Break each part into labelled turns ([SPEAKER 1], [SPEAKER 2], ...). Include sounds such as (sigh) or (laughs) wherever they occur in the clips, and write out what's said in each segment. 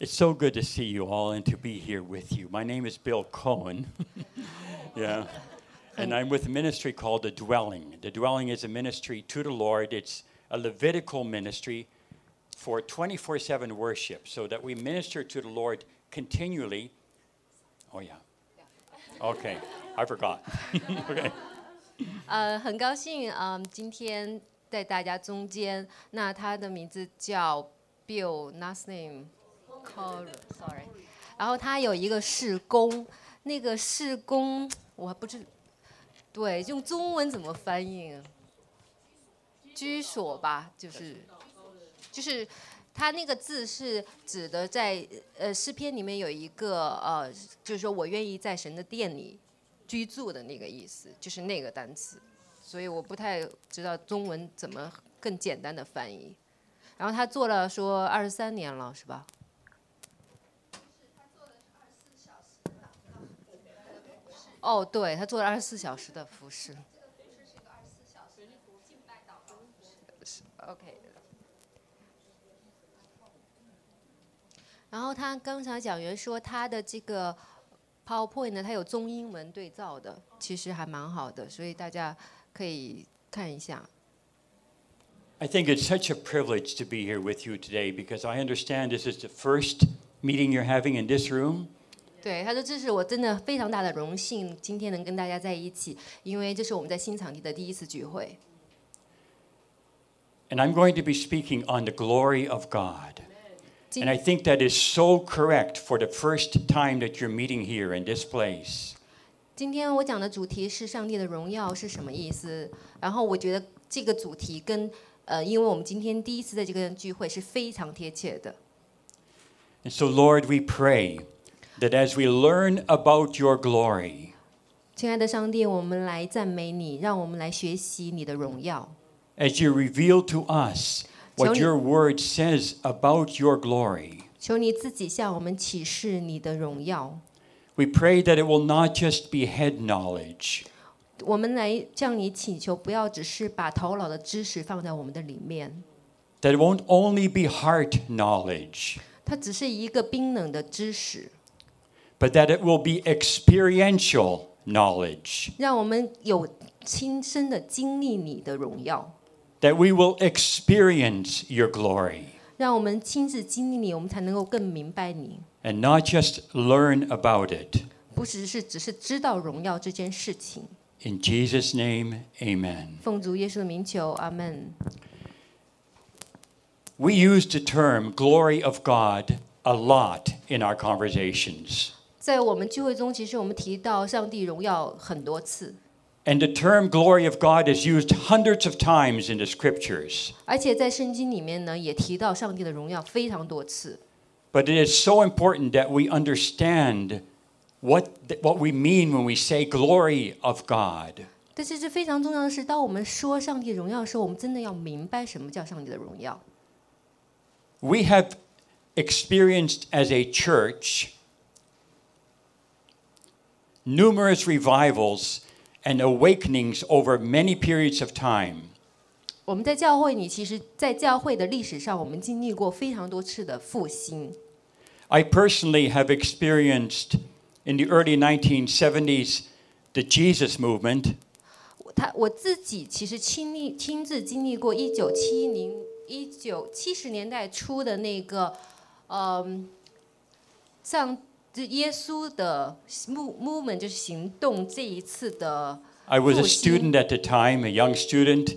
[SPEAKER 1] It's so good to see you all and to be here with you. My name is Bill Cohen. (laughs) yeah. And I'm with a ministry called The Dwelling. The Dwelling is a ministry to the Lord, it's a Levitical ministry for 24 7 worship so that we minister to the Lord continually. Oh, yeah. Okay. I forgot. (laughs) okay.
[SPEAKER 2] 呃，很高兴，嗯、今天在大家中间。那他的名字叫 Bill last name Cor，sorry。然后他有一个事工，那个事工我还不知，对，用中文怎么翻译啊？居所吧，就是，就是。他那个字是指的在呃诗篇里面有一个呃，就是说我愿意在神的殿里居住的那个意思，就是那个单词，所以我不太知道中文怎么更简单的翻译。然后他做了说二十三年了，是吧？哦，对，他做了二十四小时的服饰。OK。然后他刚才讲员说他的这个 PowerPoint 呢，它有中英文对照的，其实还蛮好的，所以大家可以看一下。
[SPEAKER 1] I think it's such a privilege to be here with you today because I understand this is the first meeting you're having in this room.
[SPEAKER 2] 对，他说这是我真的非常大的荣幸，今天能跟大家在一起，因为这是我们在新场地的第一次聚会。
[SPEAKER 1] And I'm going to be speaking on the glory of God. And I think that is so correct for the first time that you're meeting here in this place.
[SPEAKER 2] 今天我讲的主题是上帝的荣耀是什么意思？然后我觉得这个主题跟呃，因为我们今天第一次在这个聚会是非常贴切的。
[SPEAKER 1] And so, Lord, we pray that as we learn about your glory,
[SPEAKER 2] 亲爱的上帝，我们来赞美你，让我们来学习你的荣耀。
[SPEAKER 1] as you reveal to us what
[SPEAKER 2] Tony-
[SPEAKER 1] your word says about your glory,
[SPEAKER 2] 求你自己向我们启示你的荣耀。
[SPEAKER 1] we pray that it will not just be head knowledge,
[SPEAKER 2] 我们来向你祈求，不要只是把头脑的知识放在我们的里面，
[SPEAKER 1] that it won't only be heart knowledge,
[SPEAKER 2] 它只是一个冰冷的知识，
[SPEAKER 1] but that it will be experiential knowledge.
[SPEAKER 2] 让我们有亲身的经历你的荣耀，
[SPEAKER 1] that we will experience your glory
[SPEAKER 2] 让我们亲自经历你，我们才能够更明白你，
[SPEAKER 1] and not just learn about it.
[SPEAKER 2] 不只是只是知道荣耀这件事情。
[SPEAKER 1] In Jesus' name, amen.
[SPEAKER 2] 奉主耶稣的名求，阿门。
[SPEAKER 1] We use the term glory of God a lot in our conversations.
[SPEAKER 2] 在我们聚会中，其实我们提到上帝荣耀很多次，
[SPEAKER 1] And the term glory of God is used hundreds of times in the scriptures.
[SPEAKER 2] 而且在圣经里面呢，也提到上帝的荣耀非常多次。
[SPEAKER 1] But it is so important that we understand what, th- what we mean when we say glory of God.
[SPEAKER 2] 但是这非常重要的是，当我们说上帝荣耀的时候，我们真的要明白什么叫上帝的荣耀。
[SPEAKER 1] We have experienced as a church numerous revivals and awakenings over many periods of time.
[SPEAKER 2] 我们在教会里，其实，在教会的历史上，我们经历过非常多次的复兴。
[SPEAKER 1] I personally have experienced in the early 1970s the Jesus movement,
[SPEAKER 2] 我他我自己其实亲历亲自经历过一九七零一九七十年代初的那个，嗯，上就耶稣的 move movement 就是行动这一次的
[SPEAKER 1] I was a
[SPEAKER 2] Oh, see.
[SPEAKER 1] student at the time, a young student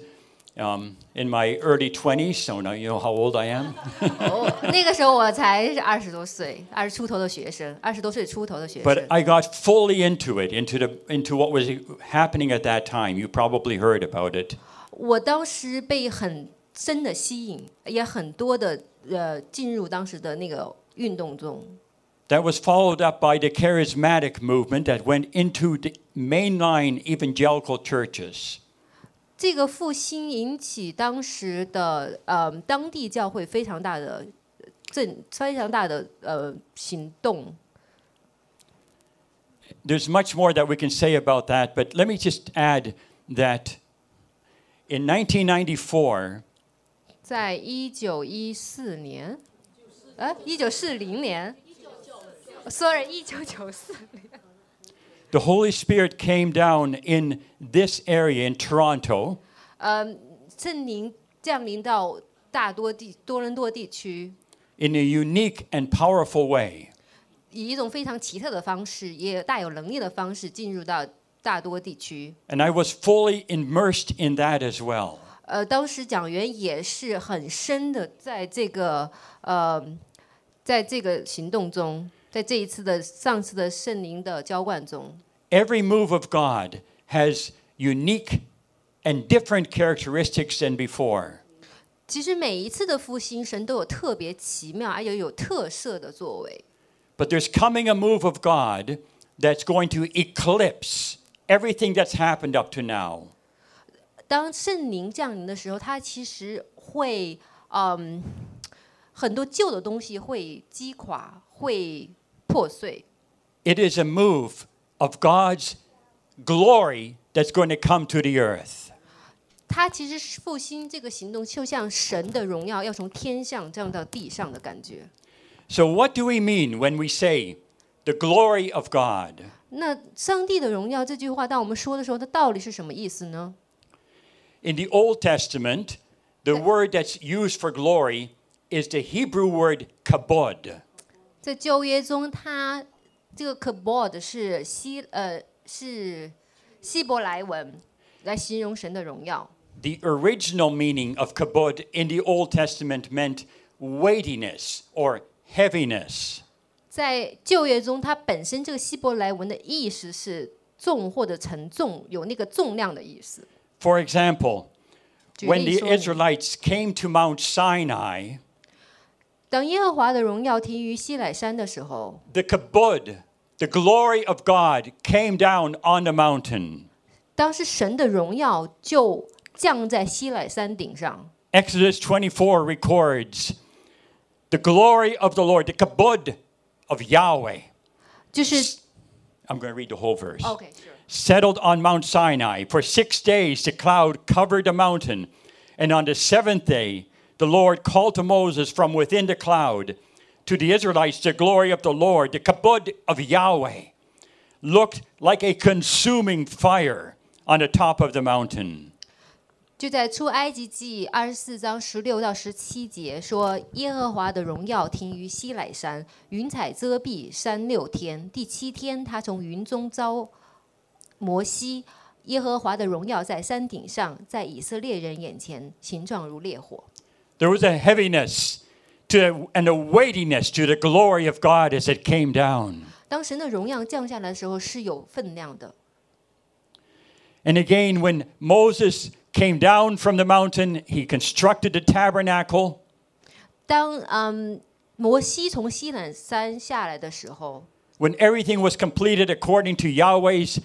[SPEAKER 1] um, in my early 20s, so now you know how old I am.
[SPEAKER 2] 哦， (laughs) 那个时候我才二十多岁，二十出头的学生，二十多岁出头的学生
[SPEAKER 1] But。I got fully into it, into, the, into what was happening at that time. You probably heard about it.
[SPEAKER 2] 我当时被很深的吸引，也很多的呃进入当时的那个运动中。
[SPEAKER 1] That was followed up by the charismatic movement that went into the mainline evangelical churches.
[SPEAKER 2] 这个复兴引起当时的呃当地教会非常大的震，非常大的呃行动。
[SPEAKER 1] There's much more that we can say about that, but let me just add that in 1994,
[SPEAKER 2] 在一九一四年，呃，一九四零年，sorry，一九九四年。
[SPEAKER 1] The Holy Spirit came down in this area in Toronto,
[SPEAKER 2] 呃，圣灵降临到大多地多伦多地区，
[SPEAKER 1] in a unique and powerful way.
[SPEAKER 2] 以一种非常奇特的方式，也大有能力的方式进入到大多地区。
[SPEAKER 1] And I was fully immersed in that as well.
[SPEAKER 2] 呃，当时蒋元也是很深的在这个呃，在这个行动中，在这一次的上次的圣灵的浇灌中，
[SPEAKER 1] Every move of God has unique and different characteristics than before.
[SPEAKER 2] 其实每一次的复兴，神都有特别奇妙而且有特色的作为。
[SPEAKER 1] But there's coming a move of God that's going to eclipse everything that's happened up to now.
[SPEAKER 2] 当圣灵降临的时候，它其实会，嗯，很多旧的东西会击垮，会破碎。
[SPEAKER 1] It is a move of God's glory that's going to come to the earth.
[SPEAKER 2] 它其实是复兴这个行动，就像神的荣耀要从天上降到地上的感觉。
[SPEAKER 1] So, what do we mean when we say the glory of God?
[SPEAKER 2] 那上帝的荣耀这句话，当我们说的时候，它到底是什么意思呢？
[SPEAKER 1] In the Old Testament, the word that's used for glory is the Hebrew word kabod.
[SPEAKER 2] 在旧约中，它这个 kabod 是希呃是希伯来文来形容神的荣耀。
[SPEAKER 1] The original meaning of kabod in the Old Testament meant weightiness or heaviness.
[SPEAKER 2] 在旧约中，它本身这个希伯来文的意思是重或者沉重，有那个重量的意思。
[SPEAKER 1] For example,
[SPEAKER 2] 举
[SPEAKER 1] when
[SPEAKER 2] 例
[SPEAKER 1] the
[SPEAKER 2] 说明，
[SPEAKER 1] Israelites came to Mount Sinai,
[SPEAKER 2] 当耶和华的荣耀停于西乃山的时候，
[SPEAKER 1] the kabod, the glory of God, came down on the mountain.
[SPEAKER 2] 当时神的荣耀就降在西乃山顶上。
[SPEAKER 1] Exodus 24 records the glory of the Lord, the kabod of Yahweh.
[SPEAKER 2] 就是
[SPEAKER 1] I'm going to read the whole verse.
[SPEAKER 2] OK，是
[SPEAKER 1] settled on Mount Sinai. For six days the cloud covered the mountain. And on the seventh day, the Lord called to Moses from within the cloud to the Israelites the glory of the Lord, the kabod of Yahweh, looked like a consuming fire on the top of the mountain.
[SPEAKER 2] 就在出埃及记二十四章十六到十七节说，耶和华的荣耀停于西乃山，云彩遮蔽山六天，第七天他从云中招摩西。耶和华的荣耀在山顶上，在以色列人眼前，形状如烈火。
[SPEAKER 1] There was a heaviness to, and a weightiness to the glory of God as it came down.
[SPEAKER 2] 当神的荣耀降下来的时候，是有分量的。
[SPEAKER 1] And again, when Moses came down from the mountain, he constructed the tabernacle.
[SPEAKER 2] 当嗯摩西从西南山下来的时候，
[SPEAKER 1] when everything was completed according to Yahweh's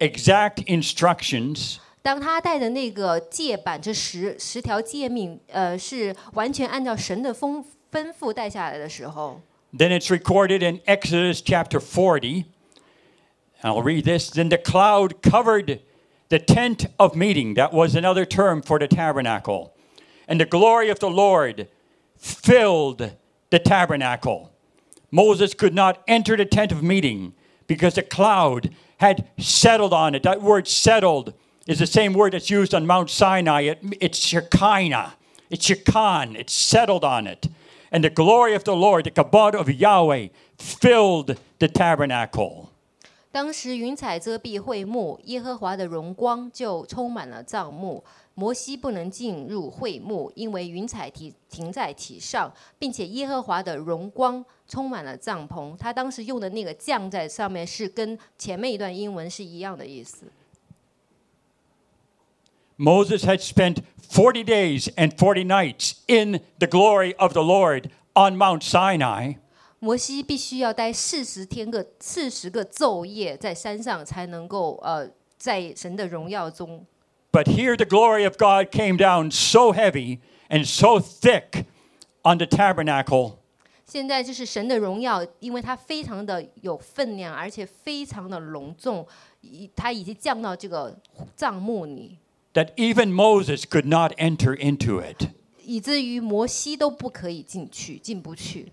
[SPEAKER 1] exact instructions,
[SPEAKER 2] 当他带的那个戒板，这十十条诫命，呃，是完全按照神的吩吩咐带下来的时候，
[SPEAKER 1] then it's recorded in Exodus chapter 40. I'll read this. Then the cloud covered the tent of meeting. That was another term for the tabernacle. And the glory of the Lord filled the tabernacle. Moses could not enter the tent of meeting because the cloud had settled on it. That word settled is the same word that's used on Mount Sinai. It, it's Shekinah, it's Shekan, it's settled on it. And the glory of the Lord, the kabod of Yahweh, filled the tabernacle.
[SPEAKER 2] 当时云彩遮蔽会幕，耶和华的荣光就充满了帐幕。摩西不能进入会幕，因为云彩停停在其上，并且耶和华的荣光充满了帐篷。他当时用的那个“降”在上面，是跟前面一段英文是一样的意思。
[SPEAKER 1] Moses had spent 40 days and 40 nights in the glory of the Lord on Mount Sinai.
[SPEAKER 2] 摩西必须要待四十天个四十个昼夜在山上，才能够呃在神的荣耀中。
[SPEAKER 1] But here the glory of God came down so heavy and so thick on the tabernacle
[SPEAKER 2] 现在就是神的荣耀，因为它非常的有分量，而且非常的隆重，已它已经降到这个帐幕里，
[SPEAKER 1] that even Moses could not enter into it.
[SPEAKER 2] 以至于摩西都不可以进去，进不去。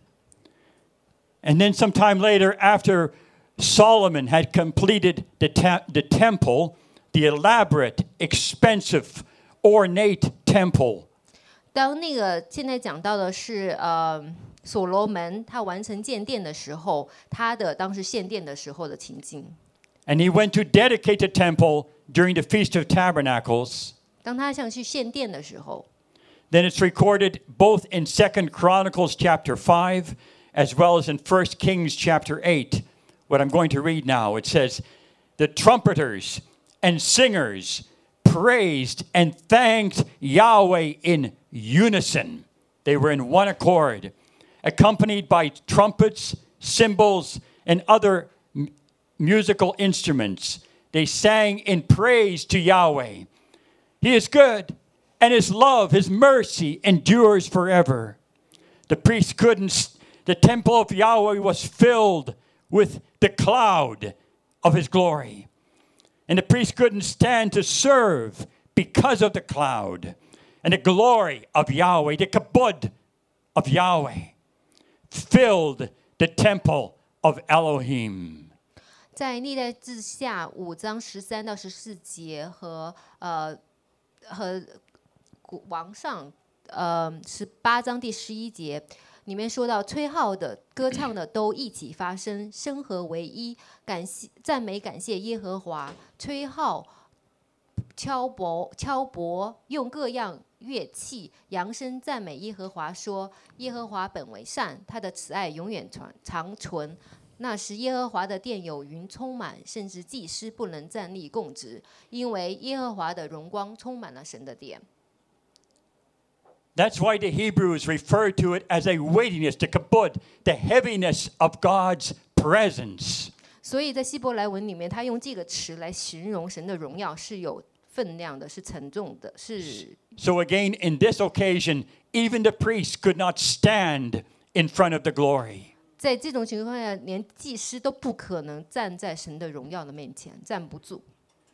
[SPEAKER 1] And then, sometime later, after Solomon had completed the, te- the temple, the elaborate, expensive, ornate temple,
[SPEAKER 2] 当那个现在讲到的是呃所罗门他完成建殿的时候，他的当时献殿的时候的情境。
[SPEAKER 1] and he went to dedicate the temple during the Feast of Tabernacles,
[SPEAKER 2] 当他想去献殿的时候，
[SPEAKER 1] then it's recorded both in 2nd Chronicles chapter 5 as well as in 1st Kings chapter 8. What I'm going to read now, it says, "The trumpeters and singers praised and thanked Yahweh in unison. They were in one accord, accompanied by trumpets, cymbals, and other m- musical instruments. They sang in praise to Yahweh." He is good, and his love, his mercy endures forever. The priest couldn't, s- the temple of Yahweh was filled with the cloud of his glory. And the priest couldn't stand to serve because of the cloud and the glory of Yahweh, the kabod of Yahweh filled the temple of Elohim.
[SPEAKER 2] 在历代志下五章十三到十四节和呃和古王上呃十八章第十一节里面说到，吹号的、歌唱的都一起发声，声和为一，感谢赞美感谢耶和华，吹号。敲钹、敲钹，用各样乐器扬声赞美耶和华，说：耶和华本为善，他的慈爱永远长长存。那时耶和华的殿有云充满，甚至祭司不能站立供职，因为耶和华的荣光充满了神的殿。
[SPEAKER 1] That's why the Hebrews refer to it as a weightiness, the kabod, the heaviness of God's presence.
[SPEAKER 2] 所以在希伯来文里面，他用这个词来形容神的荣耀是有分量的，是沉重的，是
[SPEAKER 1] So again, in this occasion, even the priests could not stand in front of the glory.
[SPEAKER 2] 在这种情况下，连祭司都不可能站在神的荣耀的面前，站不住。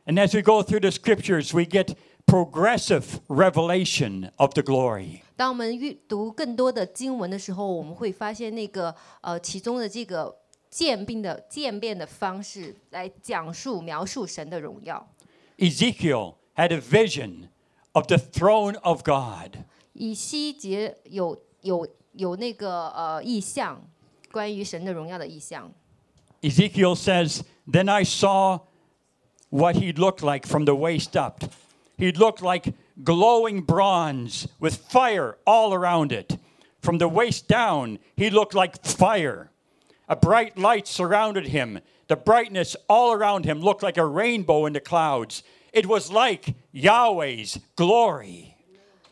[SPEAKER 1] And as we go through the scriptures, we get progressive revelation of the glory.
[SPEAKER 2] 当我们阅读更多的经文的时候，我们会发现那个呃其中的这个渐变的渐变的方式来讲述描述神的荣耀。
[SPEAKER 1] Ezekiel had a vision of the throne of God.
[SPEAKER 2] 以西结有有有那个呃意象，关于神的荣耀的意象。
[SPEAKER 1] Ezekiel says, Then I saw what he looked like from the waist up. He looked like glowing bronze with fire all around it. From the waist down, he looked like fire. A bright light surrounded him. The brightness all around him looked like a rainbow in the clouds. It was like Yahweh's glory.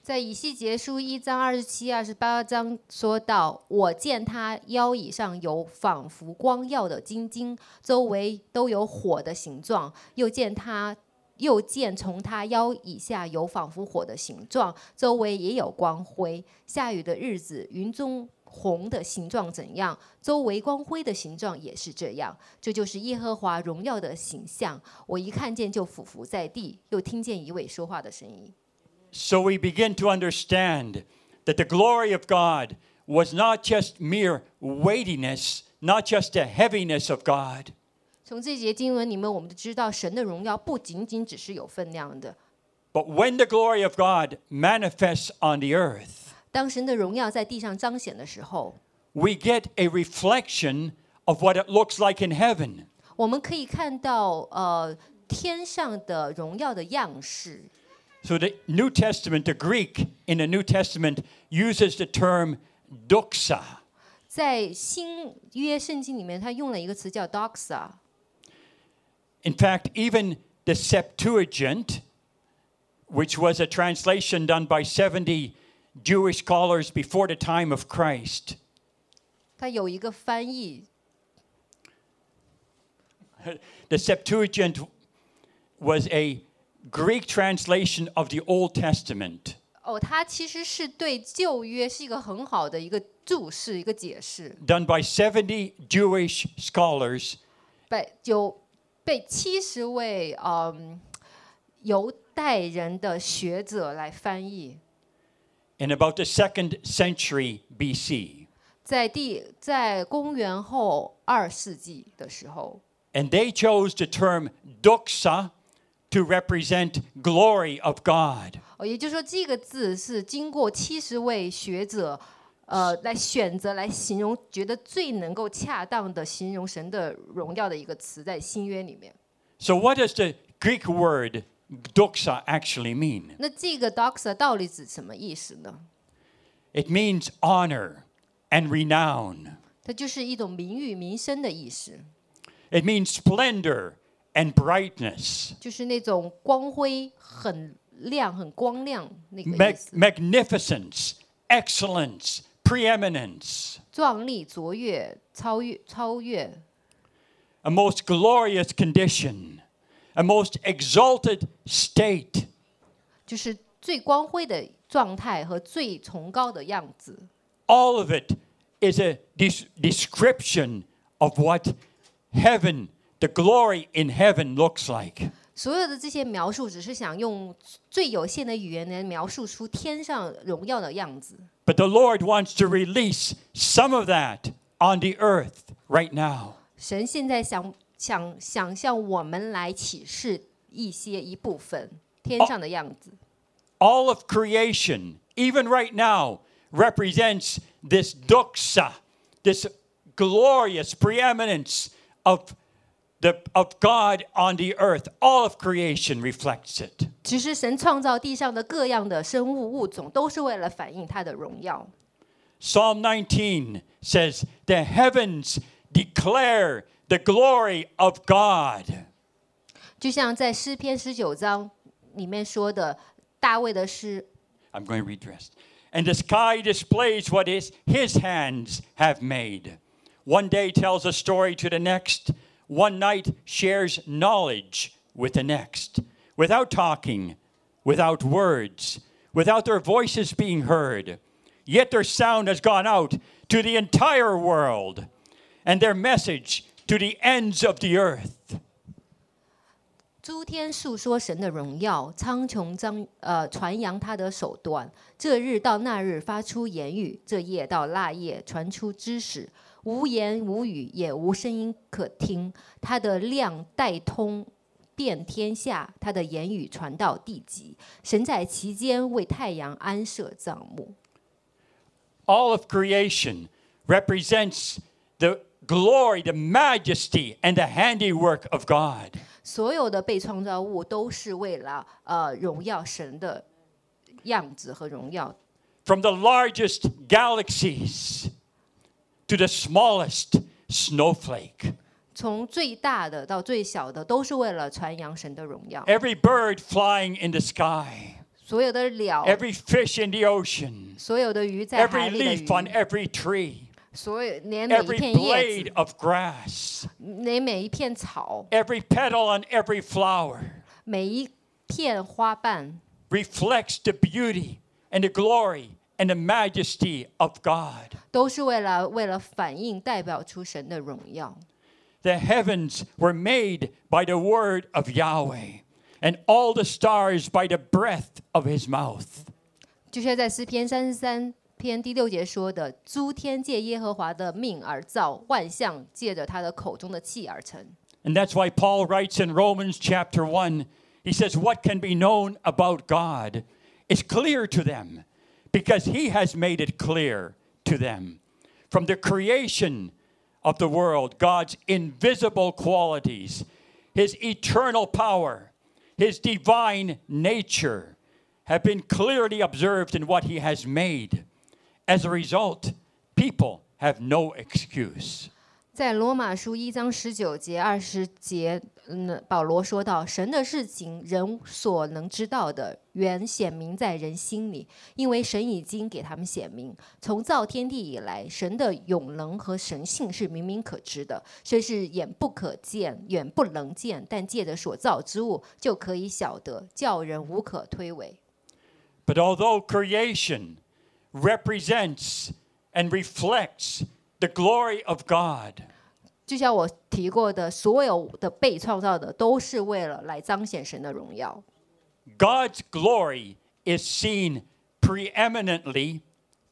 [SPEAKER 2] 在以西结书一章二十七、二十八章说到：“我见他腰以上有仿佛光耀的金晶，周围都有火的形状；又见他，又见从他腰以下有仿佛火的形状，周围也有光辉。下雨的日子，云中红的形状怎样，周围光辉的形状也是这样。这就是耶和华荣耀的形象。我一看见就俯伏在地，又听见一位说话的声音。”
[SPEAKER 1] So we begin to understand that the glory of God was not just mere weightiness, not just the heaviness of God,
[SPEAKER 2] 从这节经文里面，我们就知道神的荣耀不仅仅只是有分量的。
[SPEAKER 1] but when the glory of God manifests on the earth,
[SPEAKER 2] 当神的荣耀在地上彰显的时候，
[SPEAKER 1] we get a reflection of what it looks like in heaven.
[SPEAKER 2] 我们可以看到呃天上的荣耀的样式。
[SPEAKER 1] So the New Testament, the Greek in the New Testament uses the term doxa.
[SPEAKER 2] 在新约圣经里面，他用了一个词叫 doxa。
[SPEAKER 1] In fact, even the Septuagint, which was a translation done by 70 Jewish scholars before the time of Christ,
[SPEAKER 2] 它有一个翻译，
[SPEAKER 1] the Septuagint was a Greek translation of the Old Testament.
[SPEAKER 2] 哦，它其实是对旧约是一个很好的一个注释，一个解释。
[SPEAKER 1] Done by 70 Jewish scholars,
[SPEAKER 2] 被有被七十位嗯犹太人的学者来翻译。
[SPEAKER 1] in about the second century BC.
[SPEAKER 2] 在第在公元后二世纪的时候，
[SPEAKER 1] And they chose the term doxa to represent glory of God.
[SPEAKER 2] 哦，也就是说这个字是经过七十位学者，呃，来选择来形容，觉得最能够恰当的形容神的荣耀的一个词，在新约里面。
[SPEAKER 1] So, what does the Greek word doxa actually mean?
[SPEAKER 2] 那这个 doxa 到底指什么意思呢？
[SPEAKER 1] It means honor and renown,
[SPEAKER 2] 它就是一种名誉、名声的意思，
[SPEAKER 1] it means splendor and brightness,
[SPEAKER 2] 就是那种光辉很亮、很光亮那个
[SPEAKER 1] mag-
[SPEAKER 2] 意思，
[SPEAKER 1] magnificence, excellence, preeminence,
[SPEAKER 2] 壮丽、卓越、超越、超越，
[SPEAKER 1] a most glorious condition, a most exalted state.
[SPEAKER 2] 就是最光辉的状态和最崇高的样子。
[SPEAKER 1] all of it is a des- description of what heaven, the glory in heaven, looks like.
[SPEAKER 2] 所有的这些描述，只是想用最有限的语言来描述出天上荣耀的样子。
[SPEAKER 1] But the Lord wants to release some of that on the earth right now.
[SPEAKER 2] 神现在想想想向我们来启示一些一部分天上的样子。
[SPEAKER 1] All of creation, even right now, represents this doxa, this glorious preeminence of, the, of God on the earth. All of creation reflects it.
[SPEAKER 2] 其实神创造地上的各样的生物物种，都是为了反映他的荣耀。
[SPEAKER 1] Psalm 19 says, The heavens declare the glory of God.
[SPEAKER 2] 就像在诗篇十九章里面说的，大卫的诗，
[SPEAKER 1] I'm going to read the rest. And the sky displays what is his hands have made. One day tells a story to the next, one night shares knowledge with the next. Without talking, without words, without their voices being heard, yet their sound has gone out to the entire world and their message to the ends of the earth.
[SPEAKER 2] 诸天述说神的荣耀，苍穹张呃传扬他的手段。这日到那日发出言语，这夜到那夜传出知识。无言无语，也无声音可听。他的量带通遍天下，他的言语传到地极。神在其间为太阳安设帐幕。
[SPEAKER 1] all of creation represents the glory, the majesty, and the handiwork of God.
[SPEAKER 2] 所有的被创造物都是为了呃荣耀神的样子和荣耀，
[SPEAKER 1] From the largest galaxies to the smallest snowflake,
[SPEAKER 2] 从最大的到最小的都是为了传扬神的荣耀。
[SPEAKER 1] every bird flying in the sky,
[SPEAKER 2] 所有的鸟，
[SPEAKER 1] every fish in the ocean,
[SPEAKER 2] 所有的鱼在
[SPEAKER 1] every
[SPEAKER 2] 海里的鱼
[SPEAKER 1] leaf on every tree,
[SPEAKER 2] 所有连每一
[SPEAKER 1] every
[SPEAKER 2] 片叶
[SPEAKER 1] blade
[SPEAKER 2] 子，
[SPEAKER 1] of grass,
[SPEAKER 2] 连每一片草，
[SPEAKER 1] every petal on every flower
[SPEAKER 2] 每一片花瓣，
[SPEAKER 1] reflects the beauty and the glory and the majesty of God.
[SPEAKER 2] 都是为了为了反映代表出神的荣耀。
[SPEAKER 1] The heavens were made by the word of Yahweh, and all the stars by the breath of his mouth.
[SPEAKER 2] 就像在诗篇三十三篇第六节说的：“诸天借耶和华的命而造，万象借着他的口中的气而成。
[SPEAKER 1] And that's why Paul writes in Romans chapter 1, he says, What can be known about God is clear to them, because he has made it clear to them. From the creation of the world, God's invisible qualities, his eternal power, his divine nature have been clearly observed in what he has made. As a result, people have no excuse. ”
[SPEAKER 2] 在罗马书一章十九节、二十节，嗯，保罗说到：“神的事情，人所能知道的，原显明在人心里，因为神已经给他们显明。从造天地以来，神的永能和神性是明明可知的，虽是眼不可见、眼不能见，但借着所造之物就可以晓得，叫人无可推诿。”
[SPEAKER 1] But although creation represents and reflects the glory of God,
[SPEAKER 2] 就像我提过的，所有的被创造的都是为了来彰显神的荣耀。
[SPEAKER 1] God's glory is seen preeminently,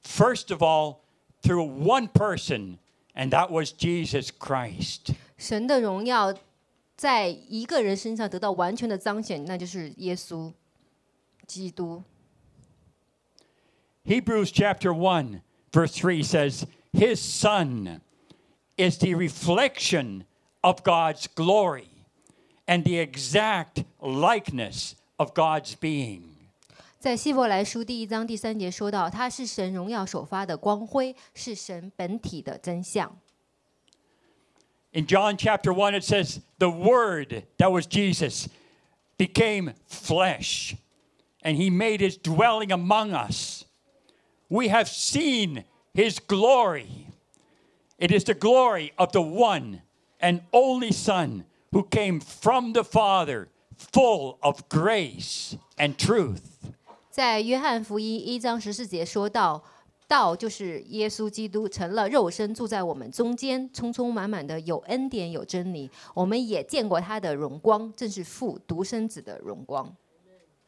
[SPEAKER 1] first of all, through one person, and that was Jesus Christ.
[SPEAKER 2] 神的荣耀在一个人身上得到完全的彰显，那就是耶稣基督。
[SPEAKER 1] Hebrews chapter 1, verse 3 says, His Son is the reflection of God's glory and the exact likeness of God's being.
[SPEAKER 2] 在希伯来书第一章第三节说到，他是神荣耀首发的光辉，是神本体的真相。
[SPEAKER 1] In John chapter 1, it says, The Word that was Jesus became flesh, and he made his dwelling among us. We have seen his glory. It is the glory of the one and only Son who came from the Father, full of grace and truth.
[SPEAKER 2] 在约翰福音一章十四节说到，道就是耶稣基督成了肉身，住在我们中间，充充满满的有恩典有真理。我们也见过他的荣光，正是父独生子的荣光。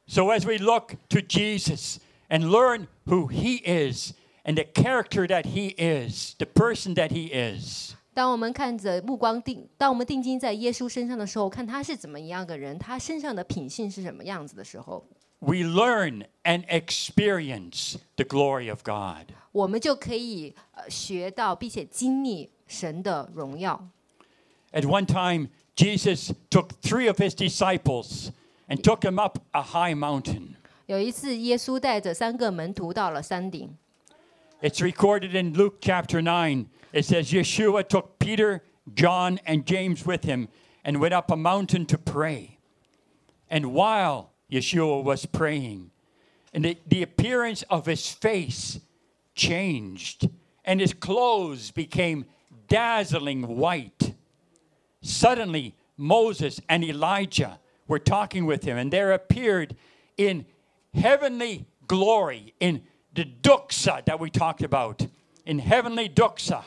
[SPEAKER 1] So as we look to Jesus and learn who he is and the character that he is, the person that he is,
[SPEAKER 2] 当我们看着目光定，当我们定睛在耶稣身上的时候，看他是怎么样的人，他身上的品性是什么样子的时候，
[SPEAKER 1] we learn and experience the glory of God.
[SPEAKER 2] 我们就可以呃学到，并且经历神的荣耀。
[SPEAKER 1] At one time, Jesus took three of his disciples and took them up a high mountain.
[SPEAKER 2] 有一次，耶稣带着三个门徒到了山顶，
[SPEAKER 1] It's recorded in Luke chapter 9. It says, Yeshua took Peter, John, and James with him and went up a mountain to pray. And while Yeshua was praying, and the, the appearance of his face changed, and his clothes became dazzling white. Suddenly, Moses and Elijah were talking with him, and there appeared in heavenly glory, in the doxa that we talked about, in heavenly doxa,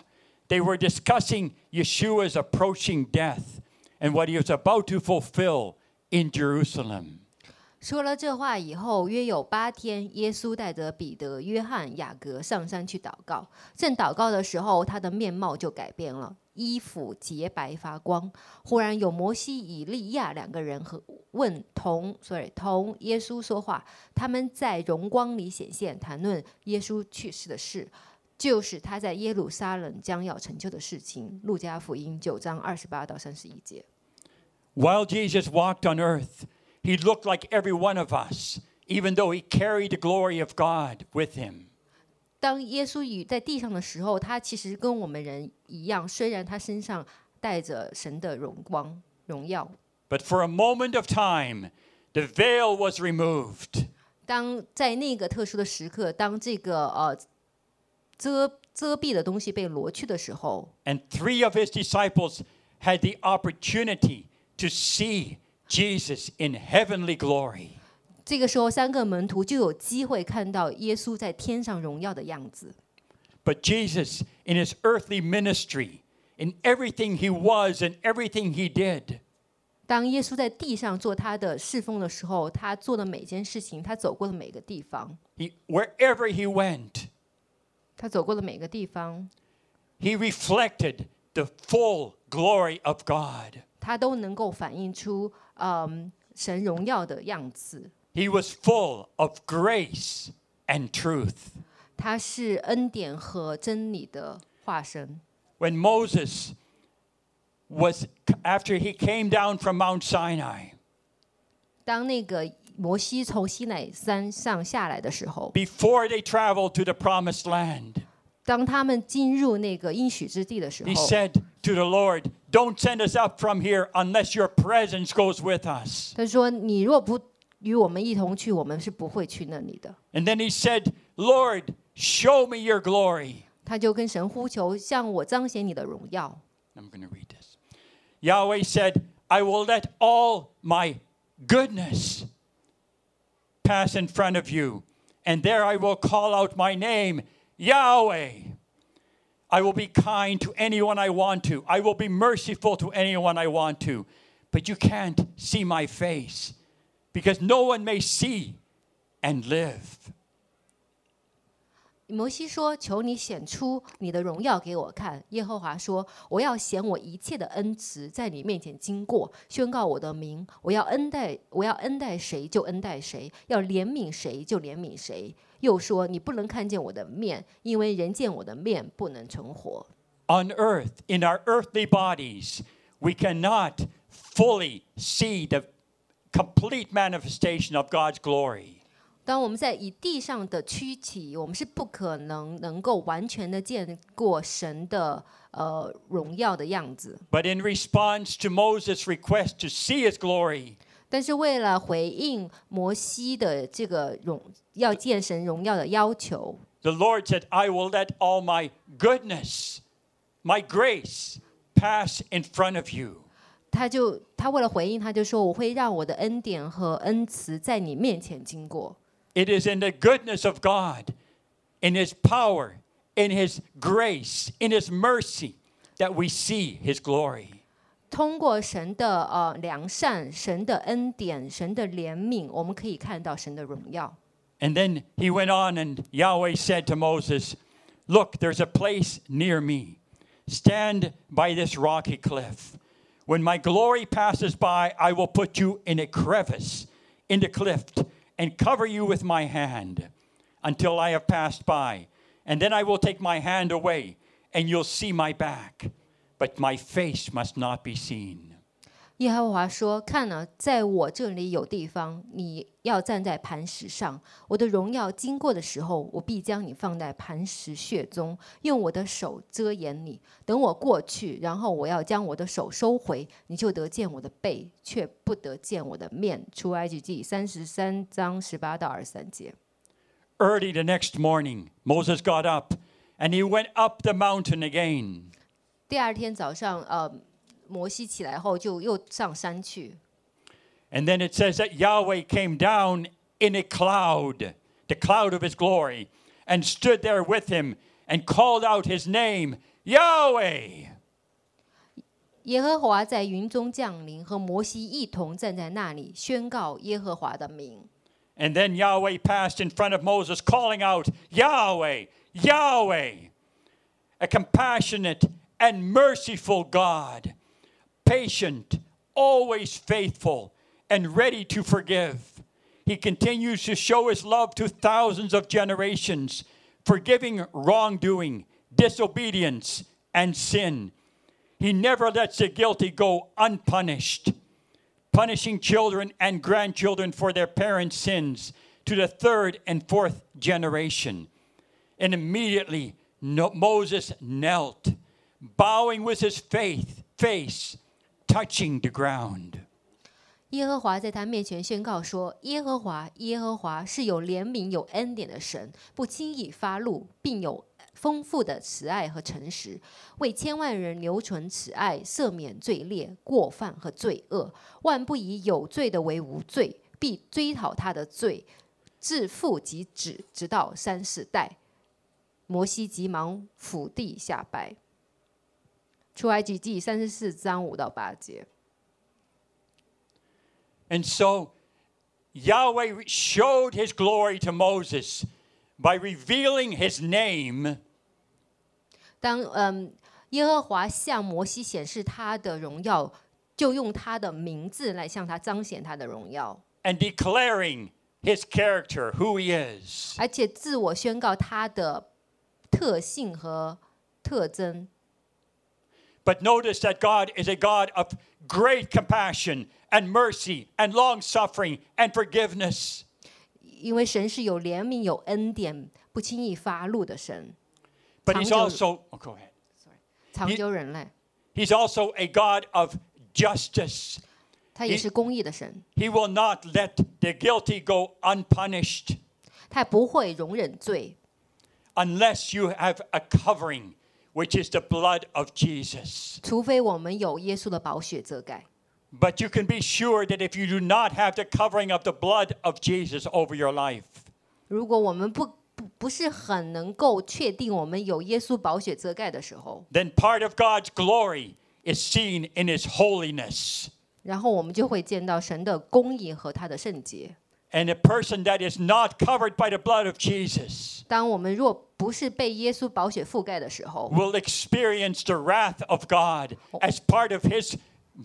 [SPEAKER 1] they were discussing Yeshua's approaching death and what he was about to fulfill in Jerusalem.
[SPEAKER 2] 说了这话以后，约有八天，耶稣带着彼得、约翰、雅各上山去祷告。正祷告的时候，他的面貌就改变了，衣服洁白发光。忽然有摩西、以利亚两个人和问同，sorry，同耶稣说话。他们在荣光里显现，谈论耶稣去世的事，就是他在耶路撒冷将要成就的事情。路加福音九章二十八到三十一节。
[SPEAKER 1] While Jesus walked on earth, he looked like every one of us, even though he carried the glory of God with him.
[SPEAKER 2] 当耶稣与在地上的时候，他其实跟我们人一样，虽然他身上带着神的荣光、荣耀。
[SPEAKER 1] But for a moment of time, the veil was removed.
[SPEAKER 2] 当在那个特殊的时刻，当这个呃遮遮蔽的东西被挪去的时候，
[SPEAKER 1] And three of his disciples had the opportunity to see Jesus in heavenly glory.
[SPEAKER 2] 这个时候三个门徒就有机会看到耶稣在天上荣耀的样子。
[SPEAKER 1] But Jesus, in his earthly ministry, in everything he was and everything he did,
[SPEAKER 2] 当耶稣在地上做他的侍奉的时候，他做的每件事情，他走过的每个地方，
[SPEAKER 1] he, wherever he went,
[SPEAKER 2] 他走过的每个地方，
[SPEAKER 1] he reflected the full glory of God.
[SPEAKER 2] 他都能够反映出嗯神荣耀的样子。
[SPEAKER 1] He was full of grace and truth.
[SPEAKER 2] 他是恩典和真理的化身。
[SPEAKER 1] when Moses was after he came down from Mount Sinai,
[SPEAKER 2] 当那个摩西从西乃山上下来的时候，
[SPEAKER 1] before they traveled to the promised land,
[SPEAKER 2] 当他们进入那个应许之地的时
[SPEAKER 1] he
[SPEAKER 2] 候，
[SPEAKER 1] said to the Lord, Don't send us up from here unless your presence goes with us.
[SPEAKER 2] 他说：“你若不与我们一同去，我们是不会去那里的。
[SPEAKER 1] And then he said, Lord, show me your glory. ”
[SPEAKER 2] 他就跟神呼求，向我彰显你的荣耀。
[SPEAKER 1] I'm going to read this. Yahweh said, I will let all my goodness pass in front of you, and there I will call out my name, Yahweh. I will be kind to anyone I want to, I will be merciful to anyone I want to, but you can't see my face because no one may see and live.
[SPEAKER 2] 摩西说：“求你显出你的荣耀给我看。”耶和华说：“我要显我一切的恩慈在你面前经过，宣告我的名。我要恩待，我要恩待谁就恩待谁，要怜悯谁就怜悯谁。”又说：“你不能看见我的面，因为人见我的面不能存活。
[SPEAKER 1] On earth, in our earthly bodies, we cannot fully see the complete manifestation of God's glory. ”
[SPEAKER 2] 当我们在以地上的躯体，我们是不可能能够完全的见过神的呃荣耀的样子。
[SPEAKER 1] But in response to Moses' request to see his glory,
[SPEAKER 2] 但是为了回应摩西的这个荣要见神荣耀的要求，
[SPEAKER 1] the Lord said, I will let all my goodness, my grace, pass in front of you.
[SPEAKER 2] 他就他为了回应，他就说：“我会让我的恩典和恩慈在你面前经过。
[SPEAKER 1] It is in the goodness of God, in His power, in His grace, in His mercy that we see His glory. ”
[SPEAKER 2] 通过神的呃良善、神的恩典、神的怜悯，我们可以看到神的荣耀。
[SPEAKER 1] And then he went on, and Yahweh said to Moses, Look, there's a place near me. Stand by this rocky cliff. When my glory passes by, I will put you in a crevice in the cliff and cover you with my hand until I have passed by. And then I will take my hand away, and you'll see my back, but my face must not be seen.
[SPEAKER 2] 耶和华说：“看啊，在我这里有地方，你要站在磐石上。我的荣耀经过的时候，我必将你放在磐石穴中，用我的手遮掩你。等我过去，然后我要将我的手收回，你就得见我的背，却不得见我的面。”出埃及记三十三章十八到二十三节。
[SPEAKER 1] Early the next morning, Moses got up, and he went up the mountain again.
[SPEAKER 2] 第二天早上，呃，摩西起来后就又上山去，
[SPEAKER 1] And then it says that Yahweh came down in a cloud, the cloud of his glory, and stood there with him and called out his name, Yahweh.
[SPEAKER 2] 耶和华在云中降临，和摩西一同站在那里，宣告耶和华的名。
[SPEAKER 1] And then Yahweh passed in front of Moses, calling out, Yahweh, Yahweh, a compassionate and merciful God, patient, always faithful, and ready to forgive. He continues to show his love to thousands of generations, forgiving wrongdoing, disobedience, and sin. He never lets the guilty go unpunished punishing children and grandchildren for their parents' sins to the third and fourth generation. And immediately no- Moses knelt, bowing with his faith, face touching the ground.
[SPEAKER 2] 耶和华在他面前宣告说：“耶和华，耶和华是有怜悯、有恩典的神，不轻易发怒，并有丰富的慈爱和诚实，为千万人留存慈爱，赦免罪孽、过犯和罪恶，万不以有罪的为无罪，必追讨他的罪，至父及子，直到三世代。”摩西急忙伏地下拜。出埃及记三十四章五到八节。
[SPEAKER 1] And so Yahweh showed his glory to Moses by revealing his name
[SPEAKER 2] 当嗯耶和华向摩西显示他的荣耀，就用他的名字来向他彰显他的荣耀，
[SPEAKER 1] and declaring his character, who he is.
[SPEAKER 2] 而且自我宣告他的特性和特征。
[SPEAKER 1] But notice that God is a God of great compassion and mercy and long suffering and forgiveness.
[SPEAKER 2] 因为神是有怜悯、有恩典、不轻易发怒的神，
[SPEAKER 1] But He's
[SPEAKER 2] 长久-
[SPEAKER 1] also oh, go ahead.
[SPEAKER 2] 长久忍耐，
[SPEAKER 1] He's also a God of justice.
[SPEAKER 2] 他也
[SPEAKER 1] 你
[SPEAKER 2] 是公义的神，
[SPEAKER 1] He will not let the guilty go unpunished
[SPEAKER 2] 他不会容忍罪，
[SPEAKER 1] unless you have a covering, which is the blood of Jesus.
[SPEAKER 2] 除非我们有耶稣的宝血遮盖。
[SPEAKER 1] But you can be sure that if you do not have the covering of the blood of Jesus over your life,
[SPEAKER 2] 如果我们不不不是很能够确定我们有耶稣宝血遮盖的时候，
[SPEAKER 1] then part of God's glory is seen in His holiness.
[SPEAKER 2] 然后我们就会见到神的公义和他的圣洁。
[SPEAKER 1] and a person that is not covered by the blood of Jesus
[SPEAKER 2] 当我们若不是被耶稣宝血覆盖的时候，
[SPEAKER 1] will experience the wrath of God as part of his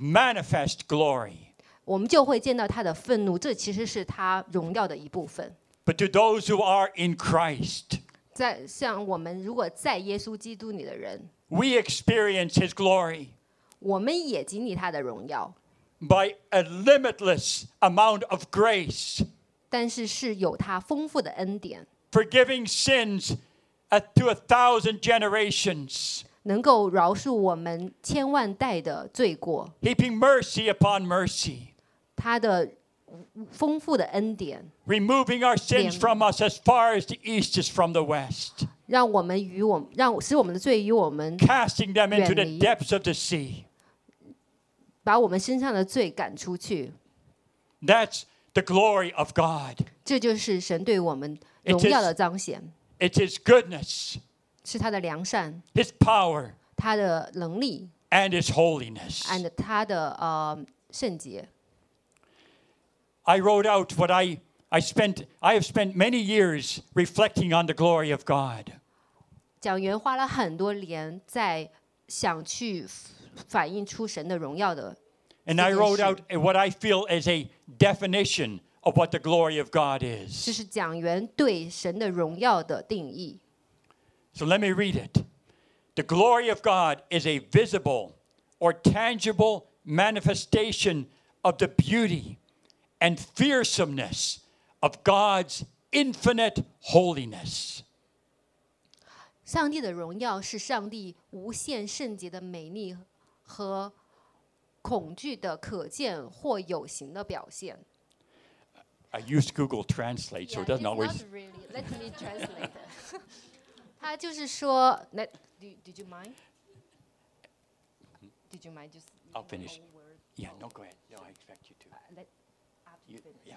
[SPEAKER 1] manifest glory.
[SPEAKER 2] 我们就会见到他的愤怒，这其实是他荣耀的一部分。
[SPEAKER 1] But to those who are in Christ,
[SPEAKER 2] 在像我们如果在耶稣基督里的人，
[SPEAKER 1] we experience his glory
[SPEAKER 2] 我们也经历他的荣耀，
[SPEAKER 1] by a limitless amount of grace,
[SPEAKER 2] 但是是有他丰富的恩典，
[SPEAKER 1] forgiving sins uh, to a thousand generations,
[SPEAKER 2] 能够饶恕我们千万代的罪过，
[SPEAKER 1] heaping mercy upon mercy,
[SPEAKER 2] 他的丰富的恩典，
[SPEAKER 1] removing our sins
[SPEAKER 2] Bien.
[SPEAKER 1] from us as far as the east is from the west,
[SPEAKER 2] 让我们与我让使我们的罪与我们
[SPEAKER 1] casting them into the
[SPEAKER 2] Bien.
[SPEAKER 1] depths of the sea.
[SPEAKER 2] 把我们身上的罪赶出去，
[SPEAKER 1] That's the glory of God.
[SPEAKER 2] 这就是神对我们
[SPEAKER 1] It
[SPEAKER 2] 荣耀
[SPEAKER 1] is-
[SPEAKER 2] 的彰显，
[SPEAKER 1] It's His goodness,
[SPEAKER 2] 是他的良善，
[SPEAKER 1] His power,
[SPEAKER 2] 他的能力
[SPEAKER 1] and His holiness.
[SPEAKER 2] and 他的呃圣洁。
[SPEAKER 1] I wrote out what I, I spent, I have spent many years reflecting on the glory of God.
[SPEAKER 2] 蒋元花了很多年在想去反映出神的荣耀的，
[SPEAKER 1] And I
[SPEAKER 2] Yes,
[SPEAKER 1] wrote
[SPEAKER 2] sure.
[SPEAKER 1] out what I feel is a definition of what the glory of God is.
[SPEAKER 2] 这是蒋元对神的荣耀的定义。
[SPEAKER 1] So let me read it. The glory of God is a visible or tangible manifestation of the beauty and fearsomeness of God's infinite holiness.
[SPEAKER 2] 上帝的荣耀是上帝无限圣洁的美丽和恐惧的可见或有形的表现。
[SPEAKER 1] I used Google Translate, so it doesn't always. (laughs)
[SPEAKER 2] Let me translate. (laughs) 他就是说，Let do did you mind? Did you mind just?
[SPEAKER 1] Mm-hmm. I'll finish. Yeah, no, go ahead. No, I expect you to.
[SPEAKER 2] Let- after
[SPEAKER 1] You-
[SPEAKER 2] finish,
[SPEAKER 1] yeah.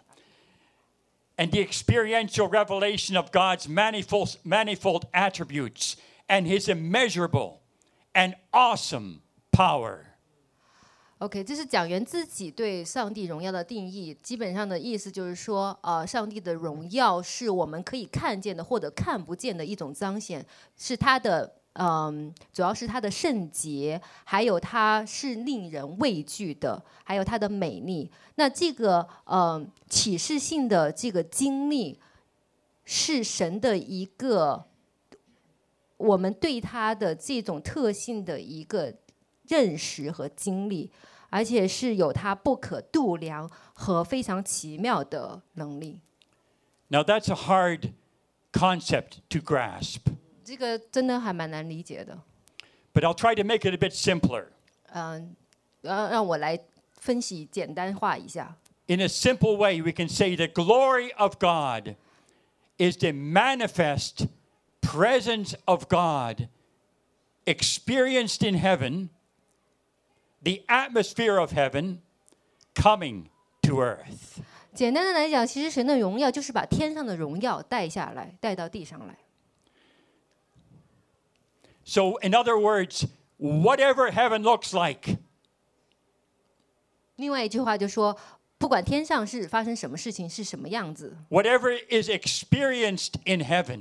[SPEAKER 1] and the experiential revelation of God's manifold, manifold attributes and his immeasurable and awesome power.
[SPEAKER 2] OK，这是讲员自己对上帝荣耀的定义。基本上的意思就是说，呃，上帝的荣耀是我们可以看见的或者看不见的一种彰显，是他的，嗯、主要是他的圣洁，还有他是令人畏惧的，还有他的美丽。那这个，嗯、启示性的这个经历，是神的一个，我们对他的这种特性的一个认识和经历，而且是有它不可度量和非常奇妙的能力。
[SPEAKER 1] Now, that's a hard concept to grasp,
[SPEAKER 2] 这个真的还蛮难理解的。
[SPEAKER 1] but I'll try to make it a bit simpler.
[SPEAKER 2] 嗯，让让我来分析简单化一下。
[SPEAKER 1] In a simple way, we can say the glory of God is the manifest presence of God experienced in heaven, the atmosphere of heaven coming to earth.
[SPEAKER 2] 简单的来讲，其实神的荣耀就是把天上的荣耀带下来，带到地上来。
[SPEAKER 1] So, in other words, whatever heaven looks like,
[SPEAKER 2] 另外一句话就说，不管天上是发生什么事情，是什么样子，
[SPEAKER 1] whatever is experienced in heaven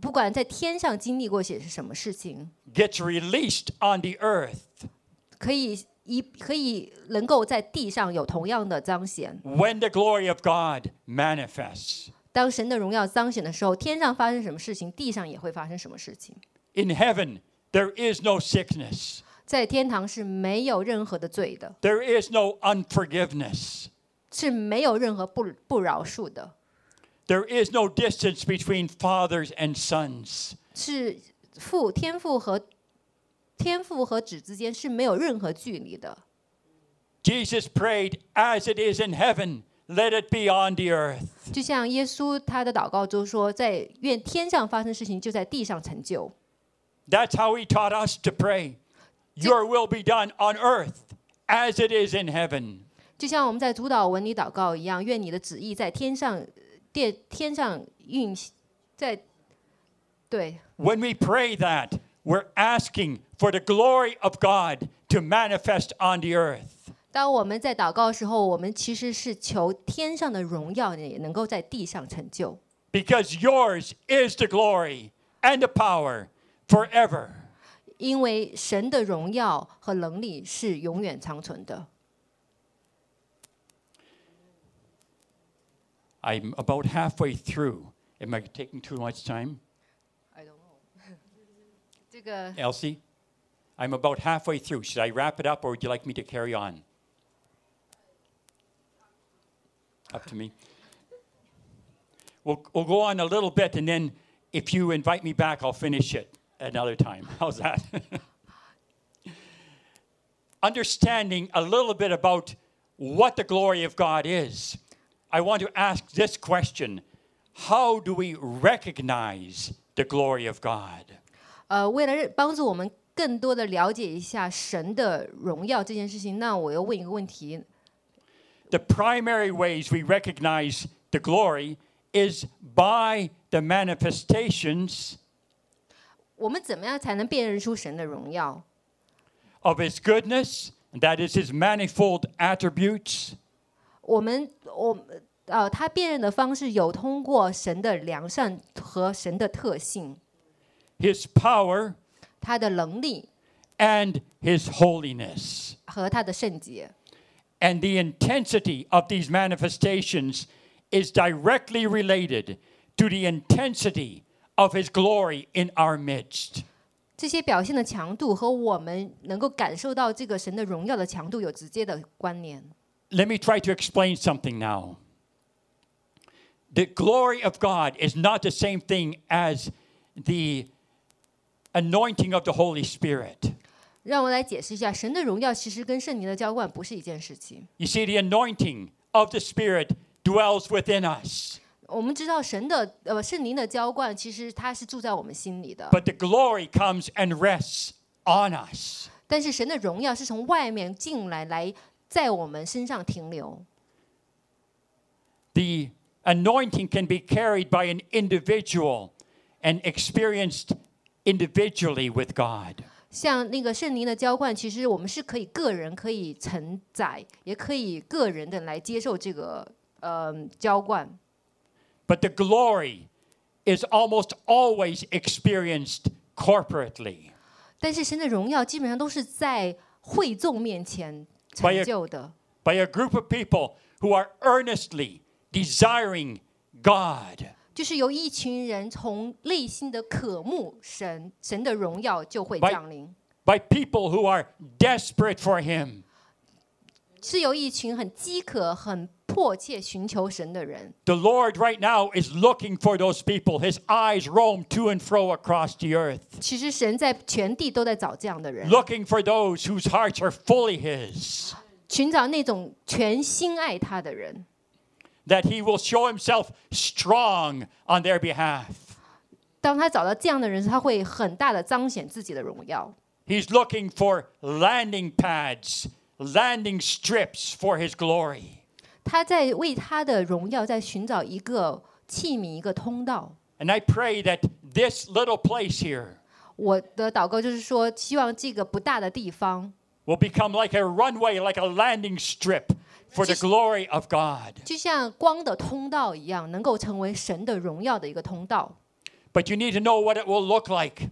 [SPEAKER 2] 不管在天上经历过些是什么事情，
[SPEAKER 1] gets released on the earth
[SPEAKER 2] 可以一可以能够在地上有同样的彰显。
[SPEAKER 1] when the glory of God manifests.
[SPEAKER 2] 当神的荣耀彰显的时候，天上发生什么事情，地上也会发生什么事情。
[SPEAKER 1] In heaven, there is no sickness.
[SPEAKER 2] 在天堂是没有任何的罪的，
[SPEAKER 1] There is no unforgiveness.
[SPEAKER 2] 是没有任何不不饶恕的，
[SPEAKER 1] There is no distance between fathers and sons.
[SPEAKER 2] 是父天父和天父和子之间是没有任何距离的。
[SPEAKER 1] Jesus prayed, As it is in heaven, let it be on the earth.
[SPEAKER 2] 就像耶稣他的祷告中说，在愿天上发生事情，就在地上成就。
[SPEAKER 1] That's how he taught us to pray. Your will be done on earth as it is in heaven.
[SPEAKER 2] 就像我们在主导文里祷告一样，愿你的旨意在天上，呃电天上运行，在对
[SPEAKER 1] When we pray that, we're asking for the glory of God to manifest on the earth.
[SPEAKER 2] 当我们在祷告的时候，我们其实是求天上的荣耀也能够在地上成就，
[SPEAKER 1] because yours is the glory and the power forever.
[SPEAKER 2] 因为神的荣耀和能力是永远长存的。
[SPEAKER 1] I'm about halfway through. Am I taking too much time,
[SPEAKER 2] I don't know 这个
[SPEAKER 1] Elsie? I'm about halfway through. Should I wrap it up or would you like me to carry on? Up to me. We'll, we'll go on a little bit and then if you invite me back, I'll finish it another time. (laughs) How's that? Understanding a little bit about what the glory of God is, I want to ask this question How do we recognize the glory of God?
[SPEAKER 2] 呃，为了帮助我们更多的了解一下神的荣耀这件事情，那我又问一个问题：
[SPEAKER 1] The primary ways we recognize the glory is by the manifestations
[SPEAKER 2] 我们怎么样才能辨认出神的荣耀？
[SPEAKER 1] of His goodness, and that is His manifold attributes,
[SPEAKER 2] 我们我呃，他辨认的方式有通过神的良善和神的特性，
[SPEAKER 1] His power,
[SPEAKER 2] 他的能力
[SPEAKER 1] and His holiness.
[SPEAKER 2] 和他的圣洁。
[SPEAKER 1] And the intensity of these manifestations is directly related to the intensity of His glory in our midst.
[SPEAKER 2] 这些表现的强度和我们能够感受到这个神的荣耀的强度有直接的关联。
[SPEAKER 1] Let me try to explain something now. The glory of God is not the same thing as the anointing of the Holy Spirit.
[SPEAKER 2] 让我来解释一下，神的荣耀其实跟圣灵的浇灌不是一件事情。
[SPEAKER 1] You see, the anointing of the Spirit dwells within us,
[SPEAKER 2] 我们知道神的呃圣灵的浇灌，其实它是住在我们心里的，
[SPEAKER 1] but the glory comes and rests on us.
[SPEAKER 2] 但是神的荣耀是从外面进来，来在我们身上停留。
[SPEAKER 1] The anointing can be carried by an individual and experienced individually with God.
[SPEAKER 2] 像那个圣灵的浇灌，其实我们是可以个人可以承载，也可以个人的来接受这个呃浇灌。
[SPEAKER 1] But the glory is almost always experienced corporately
[SPEAKER 2] 但是神的荣耀基本上都是在会众面前成就的，
[SPEAKER 1] by a group of people who are earnestly desiring God.
[SPEAKER 2] 就是由一群人从内心的渴慕神，神的荣耀就会
[SPEAKER 1] By-
[SPEAKER 2] 降临。
[SPEAKER 1] By people who are desperate for Him.
[SPEAKER 2] 是由一群很饥渴、很迫切寻求神的人。
[SPEAKER 1] The Lord right now is looking for those people. His eyes roam to and fro across the earth,
[SPEAKER 2] 其实神在全地都在找这样的人，
[SPEAKER 1] looking for those whose hearts are fully His,
[SPEAKER 2] 寻找那种全心爱他的人，
[SPEAKER 1] that He will show Himself strong on their behalf.
[SPEAKER 2] 当他找到这样的人时，他会很大的彰显自己的荣耀。
[SPEAKER 1] He's looking for landing pads, landing strips for His glory.
[SPEAKER 2] 他在为他的荣耀在寻找一个器皿、一个通道。
[SPEAKER 1] And I pray that this little place here
[SPEAKER 2] 我的祷告就是说，希望这个不大的地方，
[SPEAKER 1] will become like a runway, like a landing strip for the
[SPEAKER 2] Just-
[SPEAKER 1] glory of God.
[SPEAKER 2] 就像光的通道一样，能够成为神的荣耀的一个通道。
[SPEAKER 1] But you need to know what it will look like.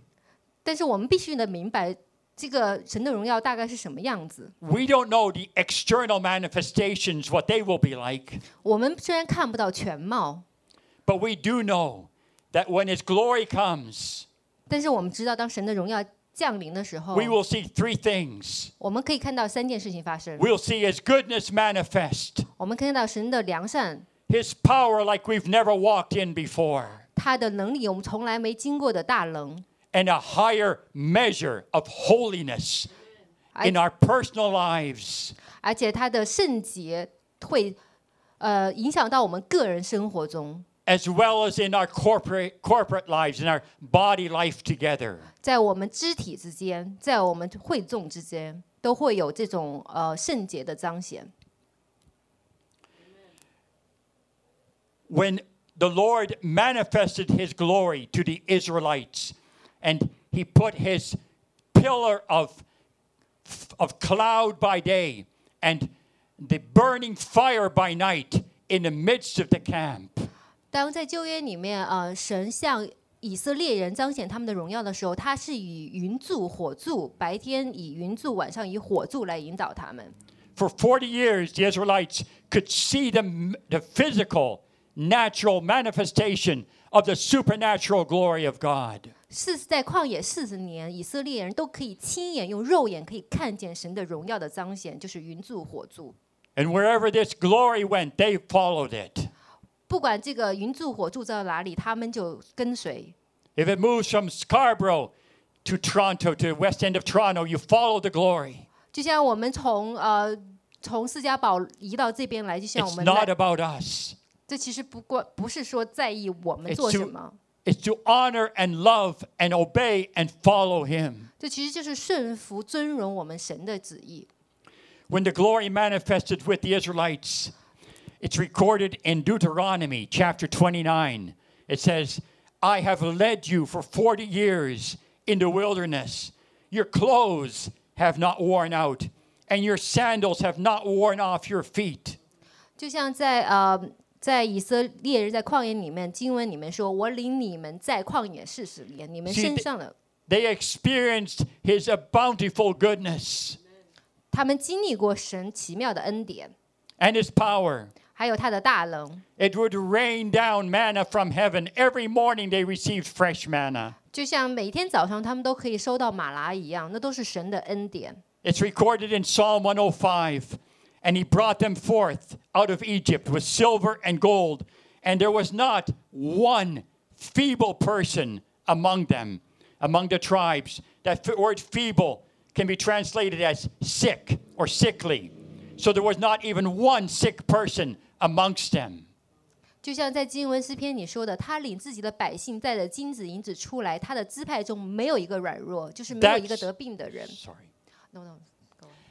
[SPEAKER 2] 但是我们必须得明白，这个神的荣耀大概是什么样子。
[SPEAKER 1] We don't know the external manifestations, what they will be like,
[SPEAKER 2] 我们虽然看不到全貌，
[SPEAKER 1] but we do know that when His glory comes,
[SPEAKER 2] 但是我们知道，当神的荣耀降临的时候，
[SPEAKER 1] we will see three things.
[SPEAKER 2] 我们可以看到三件事情发生。
[SPEAKER 1] We'll see His goodness manifest,
[SPEAKER 2] 我们看到神的良善，
[SPEAKER 1] His power like we've never walked in before,
[SPEAKER 2] 他的能力我们从来没经过的大能，
[SPEAKER 1] and a higher measure of holiness in our personal lives.
[SPEAKER 2] 而且他的圣洁会呃影响到我们个人生活中。
[SPEAKER 1] as well as in our corporate corporate lives in our body life together.
[SPEAKER 2] 在我们肢体之间，在我们会众之间，都会有这种呃圣洁的彰显。
[SPEAKER 1] When the Lord manifested his glory to the Israelites and he put his pillar of of cloud by day and the burning fire by night in the midst of the camp.
[SPEAKER 2] 当在旧约里面，呃，神向以色列人彰显他们的荣耀的时候，他是以云柱、火柱，白天以云柱，晚上以火柱来引导他们。
[SPEAKER 1] For 40 years, the Israelites could see the, the physical, natural manifestation of the supernatural glory of God.
[SPEAKER 2] 四十在旷野四十年，以色列人都可以亲眼用肉眼可以看见神的荣耀的彰显，就是云柱、火柱。
[SPEAKER 1] And wherever this glory went, they followed it.
[SPEAKER 2] 不管这个云柱、火柱在哪里，他们就跟随。
[SPEAKER 1] If it moves from Scarborough to Toronto, to the west end of Toronto, you follow the glory.
[SPEAKER 2] 就像我们从呃从释迦堡移到这边来，就像我
[SPEAKER 1] It's
[SPEAKER 2] 们
[SPEAKER 1] not
[SPEAKER 2] 来
[SPEAKER 1] about us,
[SPEAKER 2] 这其实不关不是说在意我们
[SPEAKER 1] It's
[SPEAKER 2] 做
[SPEAKER 1] to-
[SPEAKER 2] 什么，
[SPEAKER 1] it's to honor and love and obey and follow Him.
[SPEAKER 2] 这其实就是顺服尊荣我们神的旨意。
[SPEAKER 1] When the glory manifested with the Israelites, it's recorded in Deuteronomy chapter 29. It says, I have led you for 40 years in the wilderness. Your clothes have not worn out, and your sandals have not worn off your feet.
[SPEAKER 2] 就像在呃在以色列人在旷野里面，经文里面说：“我领你们在旷野四十年，你们
[SPEAKER 1] See,
[SPEAKER 2] 身
[SPEAKER 1] the-
[SPEAKER 2] 上的
[SPEAKER 1] They experienced his bountiful goodness
[SPEAKER 2] 他们经历过神奇妙的恩典，
[SPEAKER 1] and his power.
[SPEAKER 2] 还有他的大能。
[SPEAKER 1] It would rain down manna from heaven. Every morning they received fresh manna.
[SPEAKER 2] 就像每天早上他们都可以收到马拉一样，那都是神的恩典。
[SPEAKER 1] It's recorded in Psalm 105. And he brought them forth out of Egypt with silver and gold, and there was not one feeble person among them, among the tribes. That f- word feeble can be translated as sick or sickly. So there was not even one sick person amongst them.
[SPEAKER 2] 就像在经文诗篇里说的，他领自己的百姓带着金子银子出来，他的支派中没有一个软弱，就是没有
[SPEAKER 1] That's-
[SPEAKER 2] 一个得病的人。
[SPEAKER 1] Sorry.
[SPEAKER 2] No no，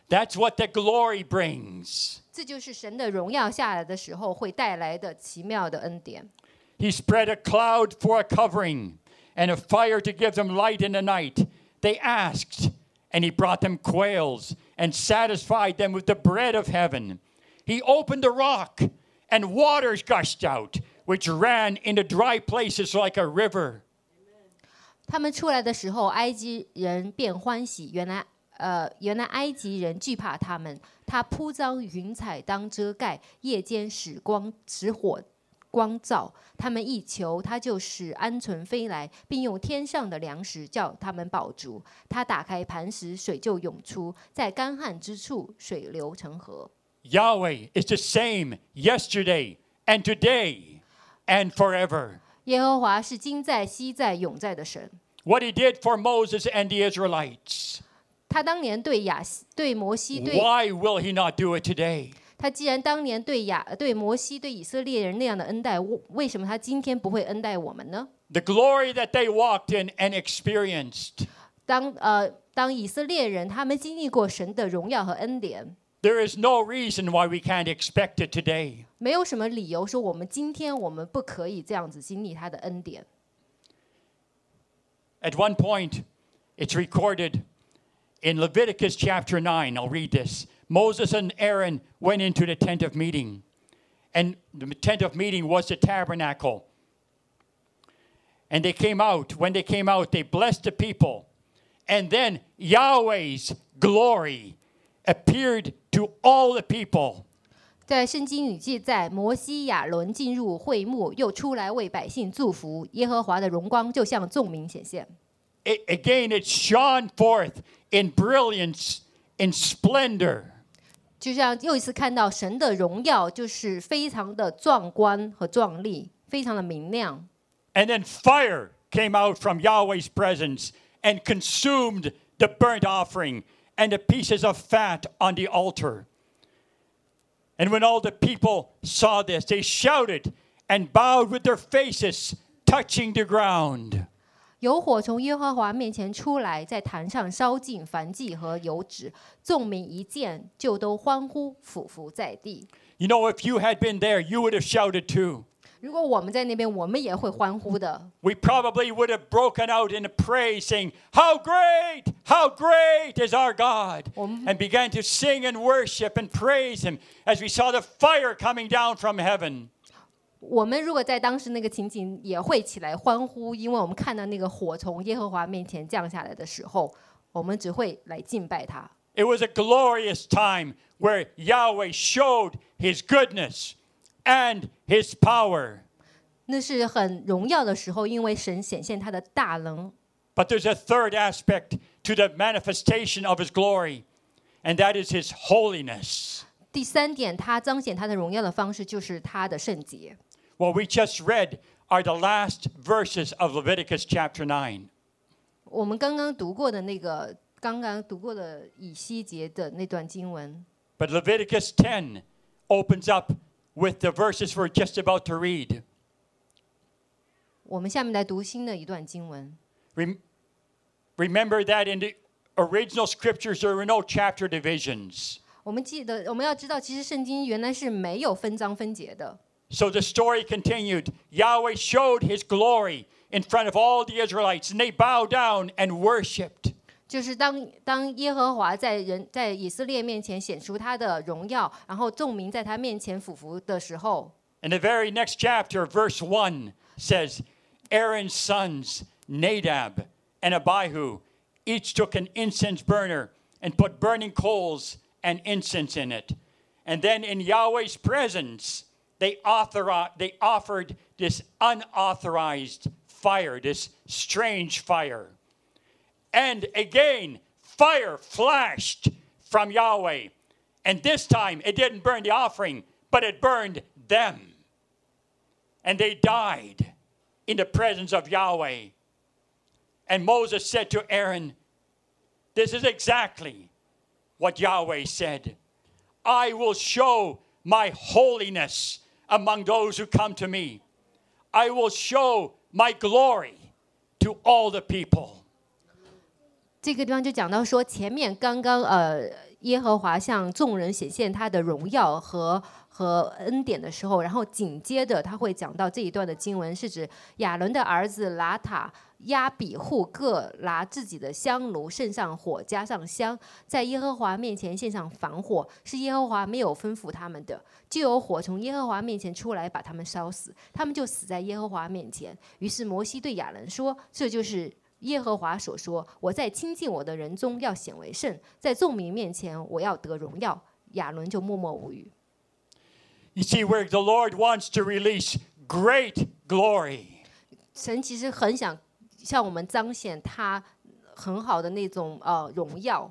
[SPEAKER 1] That's what the glory brings.
[SPEAKER 2] 这就是神的荣耀下来的时候会带来的奇妙的恩典。
[SPEAKER 1] He spread a cloud for a covering and a fire to give them light in the night. They asked, and he brought them quails and satisfied them with the bread of heaven. He opened the rock, and waters gushed out, which ran into dry places like a river.
[SPEAKER 2] 他们出来的时候，埃及人便欢喜。原来，呃，原来埃及人惧怕他们。他铺张云彩当遮盖，夜间使光使火光照。他们一求，他就使鹌鹑飞来，并用天上的粮食叫他们饱足。他打开磐石，水就涌出，在干旱之处，水流成河。
[SPEAKER 1] Yahweh is the same yesterday and today and forever.
[SPEAKER 2] 耶和华是今在、昔在、永在的神。
[SPEAKER 1] What he did for Moses and the Israelites.
[SPEAKER 2] 他当年对亚西、对摩西、对
[SPEAKER 1] Why will he not do it today?
[SPEAKER 2] 他既然当年对亚、对摩西、对以色列人那样的恩待，为为什么他今天不会恩待我们呢？
[SPEAKER 1] The glory that they walked in and experienced.
[SPEAKER 2] 当呃，当以色列人他们经历过神的荣耀和恩典，
[SPEAKER 1] There is no reason why we can't expect it today.
[SPEAKER 2] 没有什么理由说我们今天我们不可以这样子经历他的恩典。
[SPEAKER 1] At one point, it's recorded in Leviticus chapter 9. I'll read this. Moses and Aaron went into the tent of meeting, and the tent of meeting was the tabernacle. And they came out. When they came out, they blessed the people. And then Yahweh's glory appeared to all the people.
[SPEAKER 2] 在圣经里记载，摩西、亚伦进入会幕，又出来为百姓祝福，耶和华的荣光就向众民显现。
[SPEAKER 1] it, again it shone forth in brilliance in splendor
[SPEAKER 2] 就像又一次看到神的荣耀，就是非常的壮观和壮丽，非常的明亮。
[SPEAKER 1] and then fire came out from yahweh's presence and consumed the burnt offering and the pieces of fat on the altar and when all the people saw this they shouted and bowed with their faces touching the ground
[SPEAKER 2] 有火从耶和华面前出来，在坛上烧尽燔祭和油脂。众民一见，就都欢呼，俯伏在地。
[SPEAKER 1] you know if you had been there you would have shouted too
[SPEAKER 2] 如果我们在那边，我们也会欢呼的。
[SPEAKER 1] We probably would have broken out into praise, saying, How great, how great is our God!
[SPEAKER 2] Om-
[SPEAKER 1] And began to sing and worship and praise Him as we saw the fire coming down from heaven.
[SPEAKER 2] 我们如果在当时那个情景，也会起来欢呼，因为我们看到那个火从耶和华面前降下来的时候，我们只会来敬拜他。
[SPEAKER 1] It was a glorious time where Yahweh showed His goodness and His power.
[SPEAKER 2] 那是很荣耀的时候，因为神显现他的大能。
[SPEAKER 1] But there's a third aspect to the manifestation of His glory, and that is His holiness.
[SPEAKER 2] 第三点，他彰显他的荣耀的方式就是他的圣洁。
[SPEAKER 1] What we just read are the last verses of Leviticus chapter 9.
[SPEAKER 2] 我们刚刚读过的那个，刚刚读过的以西结的那段经文，
[SPEAKER 1] But Leviticus 10 opens up with the verses we're just about to read.
[SPEAKER 2] 我们下面来读新的一段经文。
[SPEAKER 1] Rem- remember that in the original scriptures, there were no chapter divisions.
[SPEAKER 2] 我们记得，我们要知道，其实圣经原来是没有分章分节的。
[SPEAKER 1] So the story continued. Yahweh showed his glory in front of all the Israelites, and they bowed down and worshiped.
[SPEAKER 2] 就是当当耶和华在人在以色列面前显出他的荣耀，然后众民在他面前俯伏的时候，
[SPEAKER 1] And the very next chapter, verse 1, says Aaron's sons, Nadab and Abihu, each took an incense burner and put burning coals and incense in it. And then in Yahweh's presence, they, authori- they offered this unauthorized fire, this strange fire. And again, fire flashed from Yahweh. And this time, it didn't burn the offering, but it burned them. And they died in the presence of Yahweh. And Moses said to Aaron, This is exactly what Yahweh said I will show my holiness among those who come to me, I will show my glory to all the people.
[SPEAKER 2] 这个地方就讲到说，前面刚刚呃，耶和华向众人显现他的荣耀和和恩典的时候，然后紧接着他会讲到这一段的经文，是指亚伦的儿子拉塔。亚比户各拿自己的香炉，盛上火，加上香，在耶和华面前献上防火，是耶和华没有吩咐他们的，就有火从耶和华面前出来，把他们烧死，他们就死在耶和华面前。于是摩西对亚伦说：“这就是耶和华所说：我在亲近我的人中要显为圣，在众民面前我要得荣耀。”亚伦就默默无语。
[SPEAKER 1] You see, where the Lord wants to release great glory,
[SPEAKER 2] 神其实很想向我们彰显他很好的那种呃荣耀，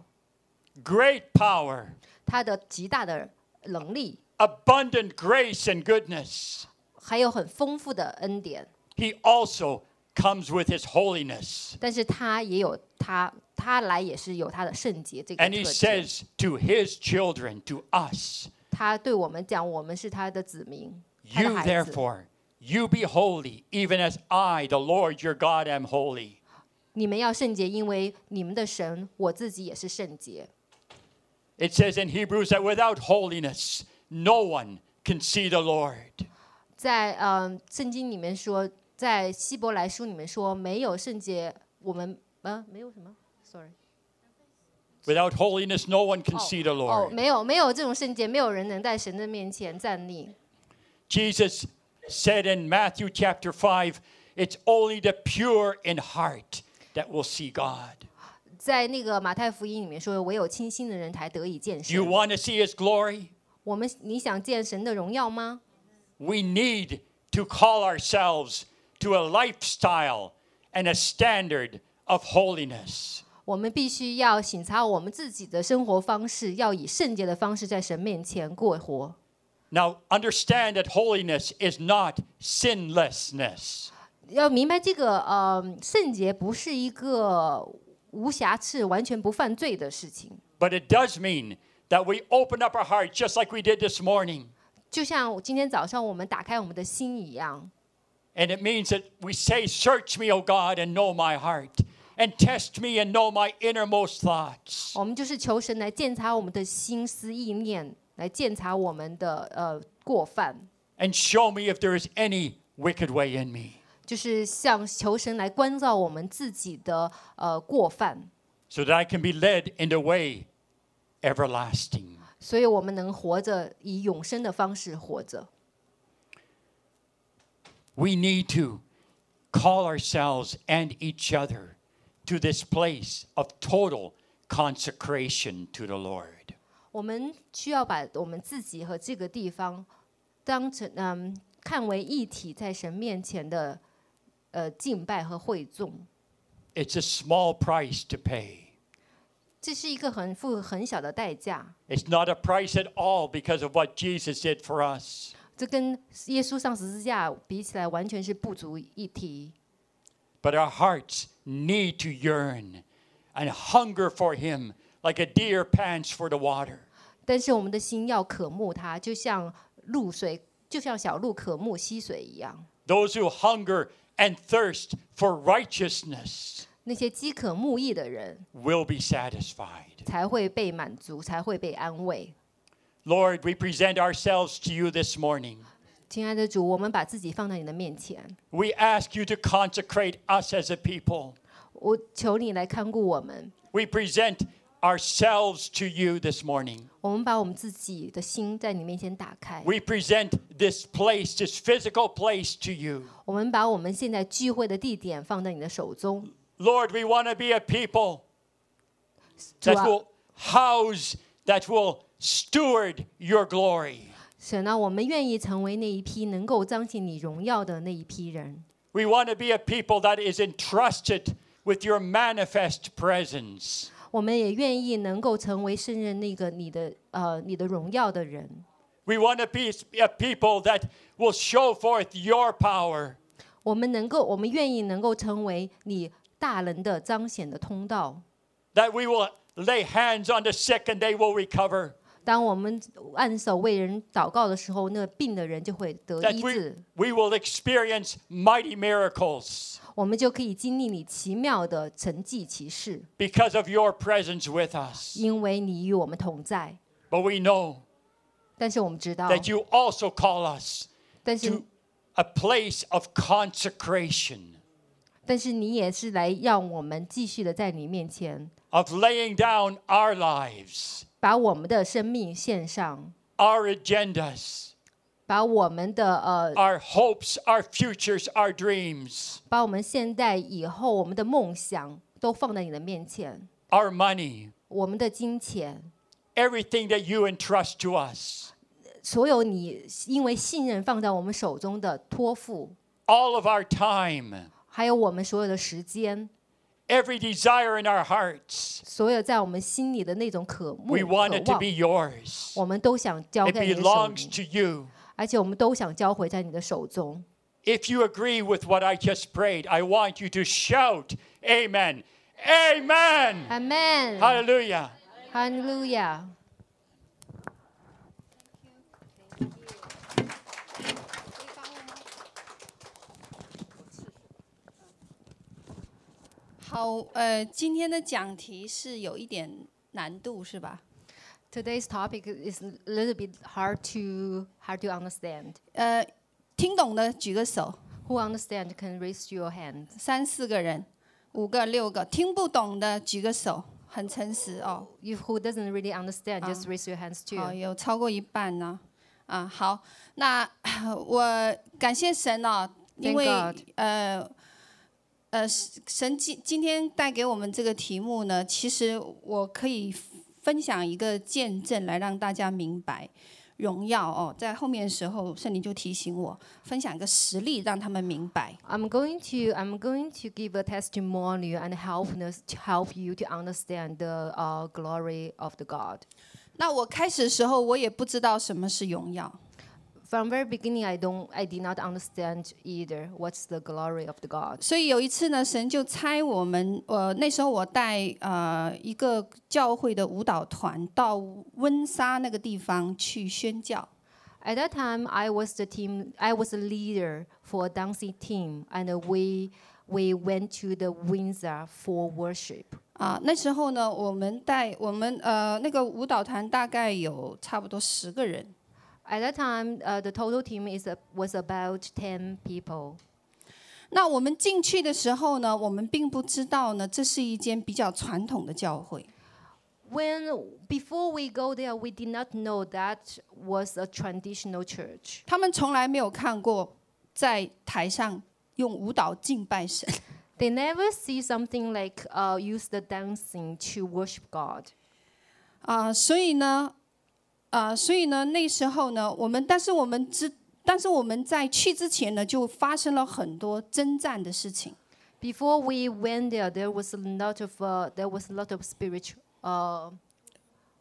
[SPEAKER 1] great power,
[SPEAKER 2] 他的极大的能力，
[SPEAKER 1] abundant grace and goodness,
[SPEAKER 2] 还有很丰富的恩典。
[SPEAKER 1] He also comes with His holiness.
[SPEAKER 2] 但是他也有他他来也是有他的圣洁这个
[SPEAKER 1] And He
[SPEAKER 2] 特质。
[SPEAKER 1] says to His children, to us,
[SPEAKER 2] 他对我们讲，我们是他的子民，他的
[SPEAKER 1] You
[SPEAKER 2] 孩子。
[SPEAKER 1] therefore, you be holy, even as I, the Lord your God, am holy.
[SPEAKER 2] 你们要圣洁，因为你们的神，我自己也是圣洁。
[SPEAKER 1] It says in Hebrews that without holiness, no one can see the Lord.
[SPEAKER 2] 在嗯、呃圣经里面说，在希伯来书里面说，没有圣洁，我们呃没有什么，sorry，
[SPEAKER 1] Without holiness, no one can see the
[SPEAKER 2] 哦，
[SPEAKER 1] Lord.
[SPEAKER 2] 没有没有这种圣洁，没有人能在神的面前站立。
[SPEAKER 1] Jesus said in Matthew chapter 5, it's only the pure in heart that will see God.
[SPEAKER 2] 在那个马太福音里面说，唯有清心的人才得以见
[SPEAKER 1] You
[SPEAKER 2] 神。
[SPEAKER 1] want to see his glory?
[SPEAKER 2] 我们你想见神的荣耀吗？
[SPEAKER 1] We need to call ourselves to a lifestyle and a standard of holiness.
[SPEAKER 2] 我们必须要省察我们自己的生活方式，要以圣洁的方式在神面前过活。
[SPEAKER 1] Now, understand that holiness is not sinlessness.
[SPEAKER 2] 要明白这个，呃，圣洁不是一个无瑕疵、完全不犯罪的事情。
[SPEAKER 1] But it does mean that we open up our heart just like we did this morning.
[SPEAKER 2] 就像今天早上我们打开我们的心一样，
[SPEAKER 1] And it means that we say, Search me, O God, and know my heart, and test me and know my innermost thoughts.
[SPEAKER 2] 我们就是求神来鉴察我们的心思意念，来鉴察我们的呃过犯，
[SPEAKER 1] And show me if there is any wicked way in me.
[SPEAKER 2] 就是向求神来关照我们自己的呃过犯，
[SPEAKER 1] so that I can be led in the way everlasting.
[SPEAKER 2] 所以我们能活着以永生的方式活着。
[SPEAKER 1] We need to call ourselves and each other to this place of total consecration to the Lord.
[SPEAKER 2] 我们需要把我们自己和这个地方当成嗯看为一体，在神面前的呃敬拜和会众，
[SPEAKER 1] It's a small price to pay.
[SPEAKER 2] 这是一个很付很小的代价。
[SPEAKER 1] It's not a price at all because of what Jesus did for us.
[SPEAKER 2] 这跟耶稣上十字架比起来，完全是不足一提。
[SPEAKER 1] But our hearts need to yearn and hunger for Him like a deer pants for the water.
[SPEAKER 2] 但是我们的心要渴慕它，就像露水，就像小鹿渴慕溪水一样。
[SPEAKER 1] Those who hunger and thirst for righteousness
[SPEAKER 2] 那些饥渴慕义的人
[SPEAKER 1] will be satisfied.
[SPEAKER 2] 才会被满足，才会被安慰。
[SPEAKER 1] Lord, we present ourselves to you this morning.
[SPEAKER 2] 亲爱的主，我们把自己放在你的面前，
[SPEAKER 1] We ask you to consecrate us as a people.
[SPEAKER 2] 我求你来看顾我们。
[SPEAKER 1] We present ourselves to you this morning.
[SPEAKER 2] 我们把我们自己的心在你面前打开，
[SPEAKER 1] We present this place, this physical place to you.
[SPEAKER 2] 我们把我们现在聚会的地点放在你的手中。
[SPEAKER 1] Lord, we want to be a people
[SPEAKER 2] 主
[SPEAKER 1] that
[SPEAKER 2] 啊，
[SPEAKER 1] will house, that will steward your glory.
[SPEAKER 2] 神啊，我们愿意成为那一批能够彰显你荣耀的那一批人。
[SPEAKER 1] We want to be a people that is entrusted with your manifest presence.
[SPEAKER 2] 我们也愿意能够成为胜任那个你的呃你的荣耀的人。
[SPEAKER 1] We want to be a people that will show forth your power.
[SPEAKER 2] 我们能够，我们愿意能够成为你大能的彰显的通道。
[SPEAKER 1] that we will lay hands on the sick and they will recover.
[SPEAKER 2] 当我们按手为人祷告的时候，那病的人就会得
[SPEAKER 1] That
[SPEAKER 2] 医
[SPEAKER 1] we,
[SPEAKER 2] 治，
[SPEAKER 1] we will experience mighty miracles
[SPEAKER 2] 我们就可以经历你奇妙的神迹奇事，
[SPEAKER 1] because of your presence with us.
[SPEAKER 2] 因为你与我们同在。
[SPEAKER 1] But we know
[SPEAKER 2] 但是我们知道，
[SPEAKER 1] that you also call us
[SPEAKER 2] 但是
[SPEAKER 1] to a place of consecration,
[SPEAKER 2] 但是你也是来让我们继续的在你面前，
[SPEAKER 1] of laying down our lives,
[SPEAKER 2] 把我们的生命献上，
[SPEAKER 1] our agendas,
[SPEAKER 2] 把我们的呃
[SPEAKER 1] our hopes, our futures, our dreams,
[SPEAKER 2] 把我们现在以后我们的梦想都放在你的面前，
[SPEAKER 1] our money,
[SPEAKER 2] 我们的金钱，
[SPEAKER 1] everything that you entrust to us,
[SPEAKER 2] 所有你因为信任放在我们手中的托付，
[SPEAKER 1] all of our time.
[SPEAKER 2] 还有我们所有的时间，
[SPEAKER 1] every desire in our hearts.
[SPEAKER 2] 所有在我们心里的那种渴慕、
[SPEAKER 1] We
[SPEAKER 2] 渴
[SPEAKER 1] want it to
[SPEAKER 2] 望
[SPEAKER 1] be，yours.
[SPEAKER 2] 我们都想交
[SPEAKER 1] It
[SPEAKER 2] 给你的手
[SPEAKER 1] belongs
[SPEAKER 2] 里，
[SPEAKER 1] to you.
[SPEAKER 2] 而且我们都想交回在你的手中。
[SPEAKER 1] If you agree with what I just prayed, I want you to shout, Amen. Amen.
[SPEAKER 2] Amen，
[SPEAKER 1] Hallelujah.
[SPEAKER 2] 哈利路亚。
[SPEAKER 3] 好，呃，今天的讲题是有一点难度，是吧？
[SPEAKER 2] Today's topic is a little bit hard to hard to understand.
[SPEAKER 3] 呃，听懂的举个手，
[SPEAKER 2] Who understand can raise your hand.
[SPEAKER 3] 三四个人，五个、六个；听不懂的举个手，很诚实哦。
[SPEAKER 2] You who doesn't really understand, just raise your hands too.
[SPEAKER 3] 好，有超过一半呢、啊，好，那 (coughs) 我感谢神哦，因
[SPEAKER 2] Thank
[SPEAKER 3] 为
[SPEAKER 2] God
[SPEAKER 3] 呃呃，神今今天带给我们这个题目呢，其实我可以分享一个见证来让大家明白。荣耀哦，在后面的时候，圣灵就提醒我分享一个实例，让他们明白。
[SPEAKER 2] I'm going to I'm going to give a testimony and help us to help you to understand the uh, glory of the God.
[SPEAKER 3] 那我开始的时候，我也不知道什么是荣耀，
[SPEAKER 2] From very beginning, I don't I did not understand either what's the glory of the God.
[SPEAKER 3] 所以有一次呢，神就差我们，呃，那时候我带呃一个教会的舞蹈团到温莎那个地方去宣教。
[SPEAKER 2] At that time, I was the team I was a leader for a dancing team, and uh, we we went to the Windsor for worship.
[SPEAKER 3] 啊，那时候呢，我们带我们呃那个舞蹈团大概有差不多十个人，
[SPEAKER 2] At that time, uh, the total team is a, was about ten people.
[SPEAKER 3] 那我们进去的时候呢，我们并不知道呢，这是一间比较传统的教会。
[SPEAKER 2] When before we go there, we did not know that was a traditional church.
[SPEAKER 3] 他们从来没有看过在台上用舞蹈敬拜神，
[SPEAKER 2] They never see something like uh, use the dancing to worship God.
[SPEAKER 3] 啊、所以呢，啊、所以呢，那时候呢，我们但是我们知，但是我们在去之前呢，就发生了很多征战的事情。
[SPEAKER 2] Before we went there, there was a lot of uh, there was a lot of spiritual uh,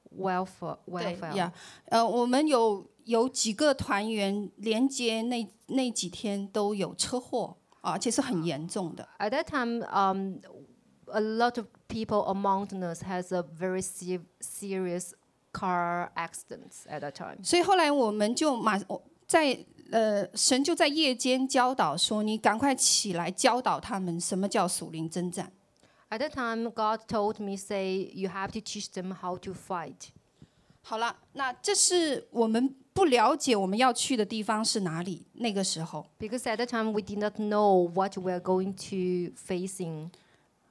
[SPEAKER 2] welfare. welfare.
[SPEAKER 3] 呀，呃，我们有有几个团员连接那那几天都有车祸，啊而且是很严重的。
[SPEAKER 2] At that time, um, a lot of people among us has a very se- serious car accidents at that time.
[SPEAKER 3] 所以后来我们就马我在呃，神就在夜间教导说：“你赶快起来教导他们什么叫属灵征战。
[SPEAKER 2] At that time, God told me, say, you have to teach them how to fight. ”
[SPEAKER 3] 好了，那这是我们不了解我们要去的地方是哪里。那个时候
[SPEAKER 2] Because at that time, we did not know what we are going to facing.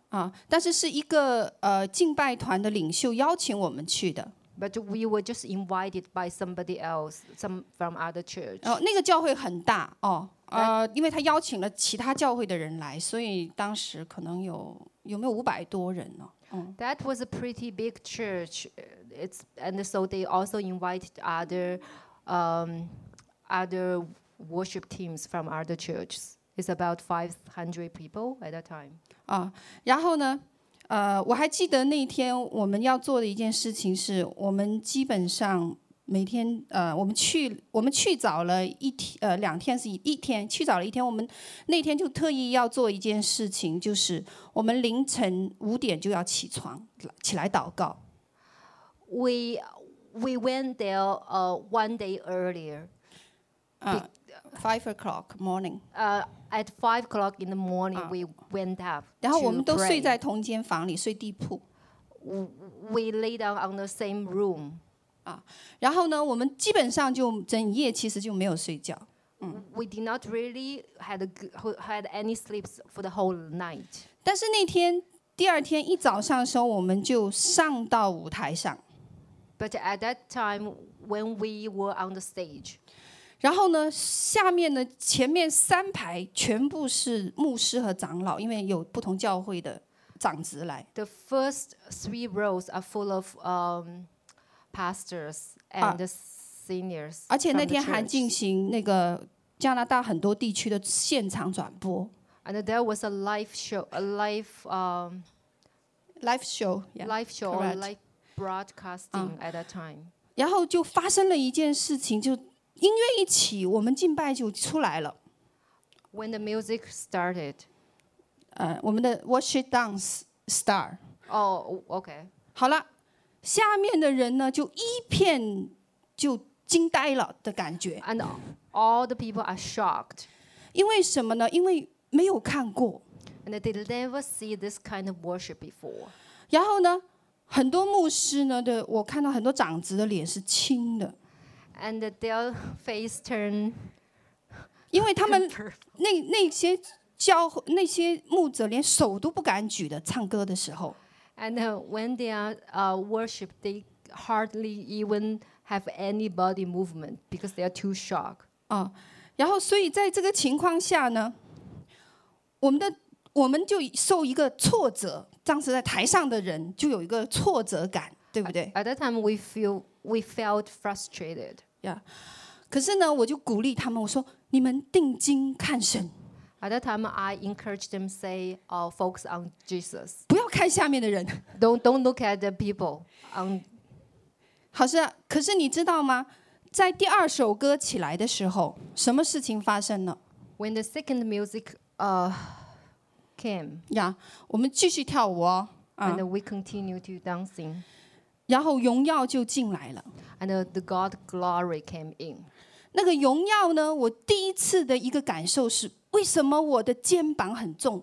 [SPEAKER 3] 啊，但是是一个呃敬拜团的领袖邀请我们去的。
[SPEAKER 2] But we were just invited by somebody else, some from other church.
[SPEAKER 3] 然后哦那个教会很大哦，呃，因为他邀请了其他教会的人来，所以当时可能有有没有五百多人呢、
[SPEAKER 2] That was a pretty big church. uh, It's and so they also invited other um, other worship teams from other churches. It's about 500 people at that time.
[SPEAKER 3] 啊，然后呢，呃，我还记得那天我们要做的一件事情是，我们基本上每天呃，我们去我们去早了一天，呃，两天是一一天，去早了一天，我们那天就特意要做一件事情，就是我们凌晨五点就要起床起来祷告。
[SPEAKER 2] We we went there uh, one day earlier
[SPEAKER 3] 啊，five o'clock morning。
[SPEAKER 2] uh, at five o'clock in the morning. we went up.
[SPEAKER 3] 然后我
[SPEAKER 2] to
[SPEAKER 3] 们都
[SPEAKER 2] pray.
[SPEAKER 3] 睡在同间房里，睡地铺。
[SPEAKER 2] We lay down on the same room.
[SPEAKER 3] 然后呢，我们基本上就整夜其实就没有睡觉。
[SPEAKER 2] We did not really had a g- had any sleeps for the whole night.
[SPEAKER 3] 但是那天第二天一早上的时候，我们就上到舞台上。
[SPEAKER 2] But at that time, when we were on the stage,
[SPEAKER 3] 然后呢，下面呢，前面三排全部是牧师和长老，因为有不同教会的长子来。
[SPEAKER 2] the first three rows are full of um, pastors and the seniors.
[SPEAKER 3] Ah. 而且
[SPEAKER 2] from
[SPEAKER 3] 那
[SPEAKER 2] the
[SPEAKER 3] 天还
[SPEAKER 2] church.
[SPEAKER 3] 进行那个加拿大很多地区的现场转播
[SPEAKER 2] and there was a live show, a live um,
[SPEAKER 3] live show yeah。
[SPEAKER 2] live show or
[SPEAKER 3] correct. Ah.
[SPEAKER 2] live broadcasting at that time.
[SPEAKER 3] 然后就发生了一件事情，就音乐一起，我们敬拜就出来了。
[SPEAKER 2] When the music started,
[SPEAKER 3] 呃，我们的 worship dance star。
[SPEAKER 2] oh okay,
[SPEAKER 3] 好了，下面的人呢就一片就惊呆了的感觉，
[SPEAKER 2] and all the people are shocked,
[SPEAKER 3] 因为什么呢？因为没有看过。
[SPEAKER 2] and they never see this kind of worship before.
[SPEAKER 3] 然后呢，很多牧师呢的，我看到很多长子的脸是青的，
[SPEAKER 2] And their face turned
[SPEAKER 3] 因为他们
[SPEAKER 2] purple.
[SPEAKER 3] 那那些教会那些牧者连手都不敢举的，唱歌的时候。
[SPEAKER 2] And uh, when they are uh, worship, they hardly even have any body movement because they are too shocked.
[SPEAKER 3] 啊，然后所以在这个情况下呢，我们的我们就受一个挫折，当时在台上的人就有一个挫折感，对不对？
[SPEAKER 2] At that time, we feel we felt frustrated.
[SPEAKER 3] 呀、可是呢，我就鼓励他们，我说你们定睛看神，
[SPEAKER 2] At that time, I encouraged them say, uh, "Focus on Jesus.
[SPEAKER 3] 不要看下面的人。 (laughs)
[SPEAKER 2] Don't don't look at the people." Um, On
[SPEAKER 3] 好是啊，可是你知道吗？在第二首歌起来的时候，什么事情发生了？
[SPEAKER 2] when the second music uh, came,
[SPEAKER 3] 呀、我们继续跳舞哦，啊，
[SPEAKER 2] and we continued to dancing,
[SPEAKER 3] 然后荣耀就进来了。
[SPEAKER 2] and uh, the God glory came in.
[SPEAKER 3] 那个荣耀呢，我第一次的一个感受是，为什么我的肩膀很重，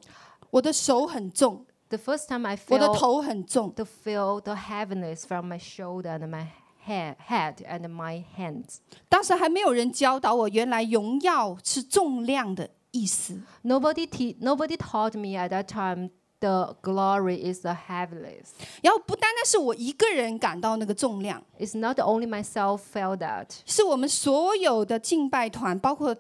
[SPEAKER 3] 我的手很重，
[SPEAKER 2] The first time I
[SPEAKER 3] 我的
[SPEAKER 2] felt
[SPEAKER 3] 头很重，
[SPEAKER 2] to feel the heaviness from my shoulder and my hand, head and my hands.
[SPEAKER 3] 当时还没有人教导我，原来荣耀是重量的意思。
[SPEAKER 2] Nobody, te- nobody taught me at that time the glory is the heaviness.
[SPEAKER 3] 然后不单单是我一个人感到那个重量，
[SPEAKER 2] It's not only myself felt that.
[SPEAKER 3] 是我们所有的敬拜团，包括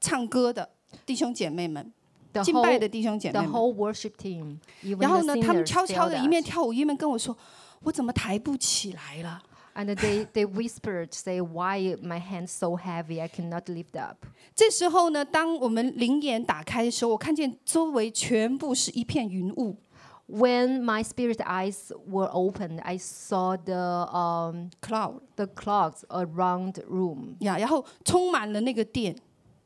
[SPEAKER 3] 唱歌的弟兄姐妹们，
[SPEAKER 2] The
[SPEAKER 3] 敬拜
[SPEAKER 2] whole,
[SPEAKER 3] 的弟兄姐妹
[SPEAKER 2] the
[SPEAKER 3] 们。
[SPEAKER 2] whole worship team, even
[SPEAKER 3] 然后
[SPEAKER 2] the
[SPEAKER 3] 呢，他们
[SPEAKER 2] singers
[SPEAKER 3] 悄悄
[SPEAKER 2] felt
[SPEAKER 3] 的一面
[SPEAKER 2] that.
[SPEAKER 3] 跳舞一面跟我说：“我怎么抬不起来了
[SPEAKER 2] And they, they whispered, say, why my hands so heavy, I cannot lift up.？”
[SPEAKER 3] 这时候呢，当我们灵眼打开的时候，我看见周围全部是一片云雾，
[SPEAKER 2] When my spirit eyes were opened, I saw the, um,
[SPEAKER 3] cloud
[SPEAKER 2] the clouds around room
[SPEAKER 3] 呀，然后充满了那个电。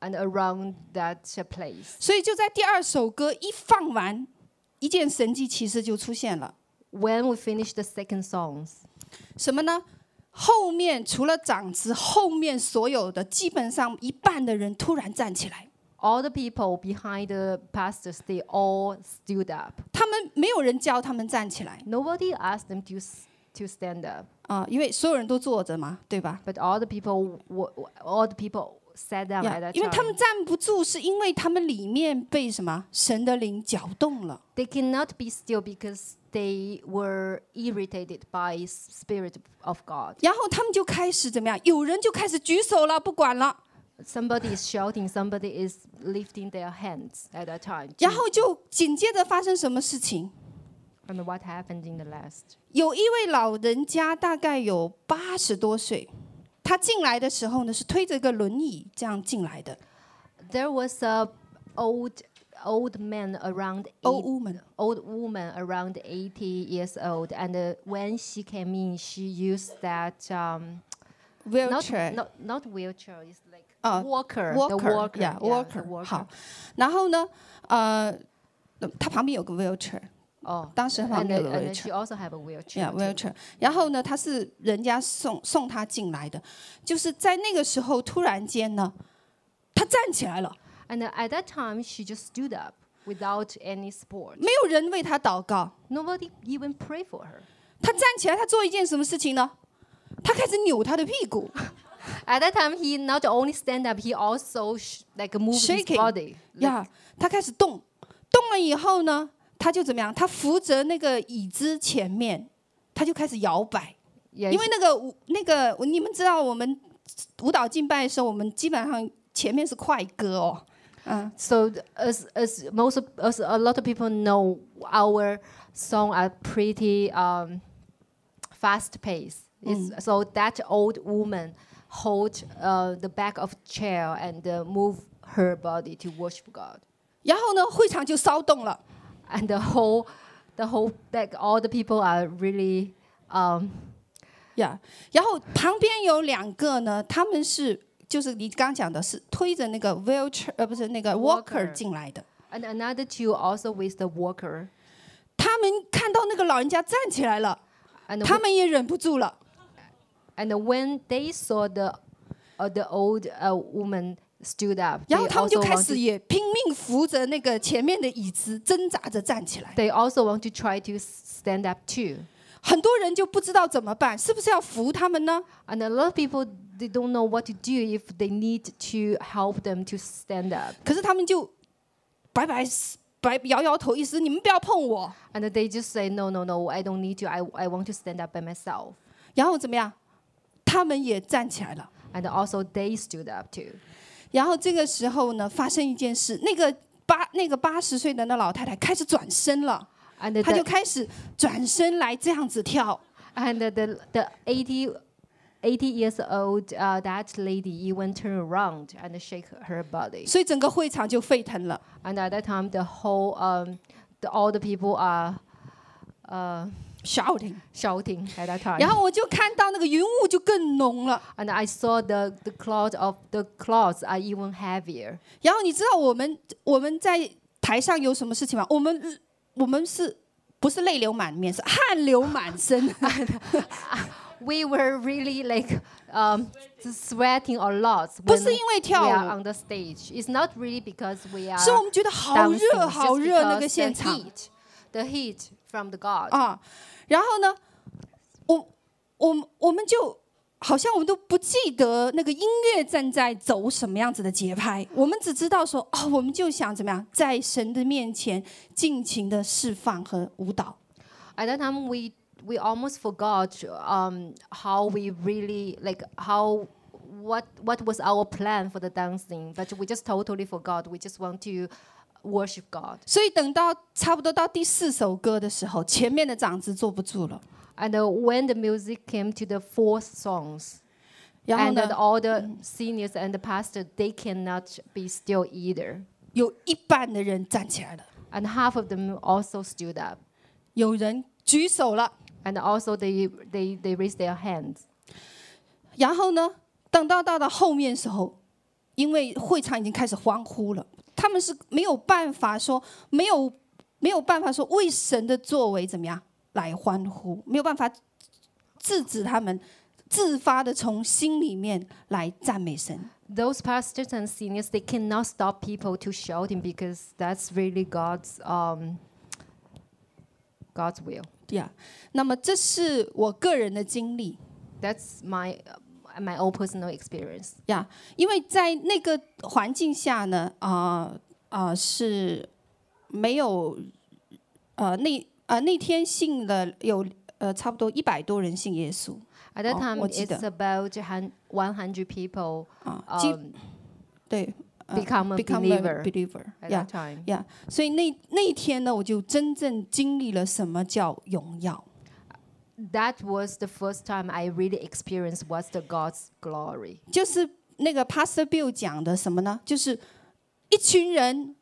[SPEAKER 2] and around that place.
[SPEAKER 3] 所以就在第二首歌一放完，一件神迹奇事就出现了。
[SPEAKER 2] When we finished the second songs,
[SPEAKER 3] 什么呢？后面除了长子，后面所有的基本上一半的人突然站起来，
[SPEAKER 2] all the people behind the pastors, they all stood up.
[SPEAKER 3] 他们没有人教他们站起来
[SPEAKER 2] Nobody asked them to, s- to stand up,
[SPEAKER 3] 啊、因为所有人都坐着嘛，对吧？
[SPEAKER 2] but all the people, w- w- all the people sat down
[SPEAKER 3] 呀
[SPEAKER 2] at that
[SPEAKER 3] 因为他们
[SPEAKER 2] time.
[SPEAKER 3] 站不住，是因为他们里面被什么神的灵搅动了。
[SPEAKER 2] They cannot be still because they were irritated by s- spirit of God.
[SPEAKER 3] 然后他们就开始怎么样？有人就开始举手了，不管了，
[SPEAKER 2] Somebody is shouting, somebody is lifting their hands at that time.
[SPEAKER 3] 然后就紧接着发生什么事情？
[SPEAKER 2] And what happened in the last?
[SPEAKER 3] 有一位老人家，大概有八十多岁，他进来的时候呢，是推着个轮椅这样进来的。
[SPEAKER 2] There was a old old man around
[SPEAKER 3] 欧
[SPEAKER 2] eight
[SPEAKER 3] 乌们，
[SPEAKER 2] old woman around 80 years old and uh, when she came in she used that um, not,
[SPEAKER 3] wheelchair
[SPEAKER 2] not, not wheelchair it's like
[SPEAKER 3] Uh,
[SPEAKER 2] walker the
[SPEAKER 3] walker
[SPEAKER 2] walker
[SPEAKER 3] yeah
[SPEAKER 2] the
[SPEAKER 3] walker 好，然后呢，呃，他旁边有个 wheelchair，
[SPEAKER 2] oh
[SPEAKER 3] 当时旁
[SPEAKER 2] and,
[SPEAKER 3] 边有
[SPEAKER 2] uh,
[SPEAKER 3] 个
[SPEAKER 2] and
[SPEAKER 3] wheelchair。
[SPEAKER 2] she also have a wheelchair
[SPEAKER 3] Yeah,
[SPEAKER 2] too.
[SPEAKER 3] wheelchair。然后呢，他是人家送送他进来的，就是在那个时候，突然间呢，他站起来了，
[SPEAKER 2] and uh, at that time she just stood up without any support
[SPEAKER 3] 没有人为他祷告，
[SPEAKER 2] nobody even prayed for her
[SPEAKER 3] 他站起来，他做一件什么事情呢？他开始扭他的屁
[SPEAKER 2] (laughs)
[SPEAKER 3] 股，
[SPEAKER 2] at that time he not only stand up he also sh- like moved his
[SPEAKER 3] Shaking.
[SPEAKER 2] body like,
[SPEAKER 3] 呀、他开始动，动了以后呢，他就怎么样？他扶着那个椅子前面，他就开始摇摆，
[SPEAKER 2] yeah
[SPEAKER 3] 因为那个舞，那个你们知道，我们舞蹈敬拜的时候，我们基本上前面是快歌哦，嗯，
[SPEAKER 2] So th- as as most of, as a lot of people know, our song are pretty um, fast paced. It's So that old woman hold uh, the back of chair and uh, move her body to worship God,
[SPEAKER 3] 然后呢，会场就骚动了。
[SPEAKER 2] and the whole the whole like all the people are really um,
[SPEAKER 3] 呀然后旁边有两个呢，他们是就是你刚讲的是推着那个 wheelchair 呃不是那个 walker
[SPEAKER 2] Walker
[SPEAKER 3] 进来的，
[SPEAKER 2] and another two also with the walker.
[SPEAKER 3] 他们看到那个老人家站起来了，
[SPEAKER 2] And
[SPEAKER 3] 他们也忍不住了，
[SPEAKER 2] And when they saw the uh, the old uh, woman stood up,
[SPEAKER 3] 然后
[SPEAKER 2] they
[SPEAKER 3] 他们就
[SPEAKER 2] also
[SPEAKER 3] 开
[SPEAKER 2] want
[SPEAKER 3] 始
[SPEAKER 2] to-
[SPEAKER 3] 也拼命扶着那个前面的椅子挣扎着站起来，
[SPEAKER 2] they also want to try to stand up too.
[SPEAKER 3] 很多人就不知道怎么办，是不是要扶他们呢？
[SPEAKER 2] And a lot of people they don't know what to do if they need to help them to stand up.
[SPEAKER 3] 可是他们就白白白摇摇头，意思你们不要碰我，
[SPEAKER 2] And they just say, "No, no, no, I don't need you. I, I want to stand up by myself."
[SPEAKER 3] 然后怎么样？他们也站起来了。
[SPEAKER 2] And also they stood up too.
[SPEAKER 3] 然后这个时候呢，发生一件事，那个八那个八十岁的那老太太开始转身了，
[SPEAKER 2] And the,
[SPEAKER 3] 她就开始转身来这样子跳，
[SPEAKER 2] and the the, the 80, 80 years old uh, that lady even turned around and shake her body.
[SPEAKER 3] 所以整个会场就沸腾了。
[SPEAKER 2] And at that time, the whole um, the, all the people are uh,
[SPEAKER 3] shouting，
[SPEAKER 2] shouting at that time.
[SPEAKER 3] 然后我就看到那个云雾就更浓了。
[SPEAKER 2] And I saw the the cloud of the clouds are even heavier.
[SPEAKER 3] 然后你知道我们我们在台上有什么事情吗？我们我们是不是泪流满面，是汗流满身。
[SPEAKER 2] We were really like um, sweating a lot
[SPEAKER 3] 不
[SPEAKER 2] when
[SPEAKER 3] 是因
[SPEAKER 2] we
[SPEAKER 3] 为跳
[SPEAKER 2] are
[SPEAKER 3] 舞，
[SPEAKER 2] on the stage. It's not really because we are
[SPEAKER 3] 是我们觉得好
[SPEAKER 2] dancing,
[SPEAKER 3] 热
[SPEAKER 2] it's
[SPEAKER 3] 好
[SPEAKER 2] just
[SPEAKER 3] 热那个
[SPEAKER 2] because
[SPEAKER 3] 现
[SPEAKER 2] the
[SPEAKER 3] 场。啊
[SPEAKER 2] heat, the heat from the God.
[SPEAKER 3] 啊，然后呢，我我我们就好像我们都不记得那个音乐正在走什么样子的节拍，我们只知道说，哦，我们就想怎么样，在神的面前尽情的释放和舞蹈。
[SPEAKER 2] At that time, um, we we almost forgot um, how we really like how what what was our plan for the dancing, but we just totally forgot. We just want to worship God.
[SPEAKER 3] 所以等到差不多到第四首歌的时候，前面的长子坐不住了，
[SPEAKER 2] And uh, when the music came to the fourth songs,
[SPEAKER 3] 然后
[SPEAKER 2] and that
[SPEAKER 3] 呢，
[SPEAKER 2] all the
[SPEAKER 3] Mm.
[SPEAKER 2] seniors and the pastor they cannot be still either,
[SPEAKER 3] 有一半的人站起来了，
[SPEAKER 2] and half of them also stood up,
[SPEAKER 3] 有人举手了，
[SPEAKER 2] and also they they they raised their hands.
[SPEAKER 3] 然后呢，等到到了后面的时候，因为会场已经开始欢呼了，他们是没有办法说没有没有办法说为神的作为怎么样来欢呼，没有办法制止他们自发的从心里面来赞美神。
[SPEAKER 2] those pastors and seniors they cannot stop people to shouting because that's really God's um, God's will.
[SPEAKER 3] 对呀，那么这是我个人的经历
[SPEAKER 2] That's my uh, my own personal experience.
[SPEAKER 3] 呀因为在那个环境下呢，啊、啊、是没有呃那呃那天信了有呃差不多一百多人信耶稣
[SPEAKER 2] At that
[SPEAKER 3] Oh,
[SPEAKER 2] time,
[SPEAKER 3] 我
[SPEAKER 2] it's
[SPEAKER 3] 记得。
[SPEAKER 2] about one hundred people
[SPEAKER 3] 啊、基、
[SPEAKER 2] um,
[SPEAKER 3] 对、呃
[SPEAKER 2] become a
[SPEAKER 3] Uh, become
[SPEAKER 2] believer
[SPEAKER 3] a believer
[SPEAKER 2] at
[SPEAKER 3] 呀
[SPEAKER 2] that time.
[SPEAKER 3] 呀所以那那一天呢，我就真正经历了什么叫荣耀。
[SPEAKER 2] That was the first time I really experienced what's the God's glory.
[SPEAKER 3] 就是那个 Pastor Bill 讲的什么呢？就是一群人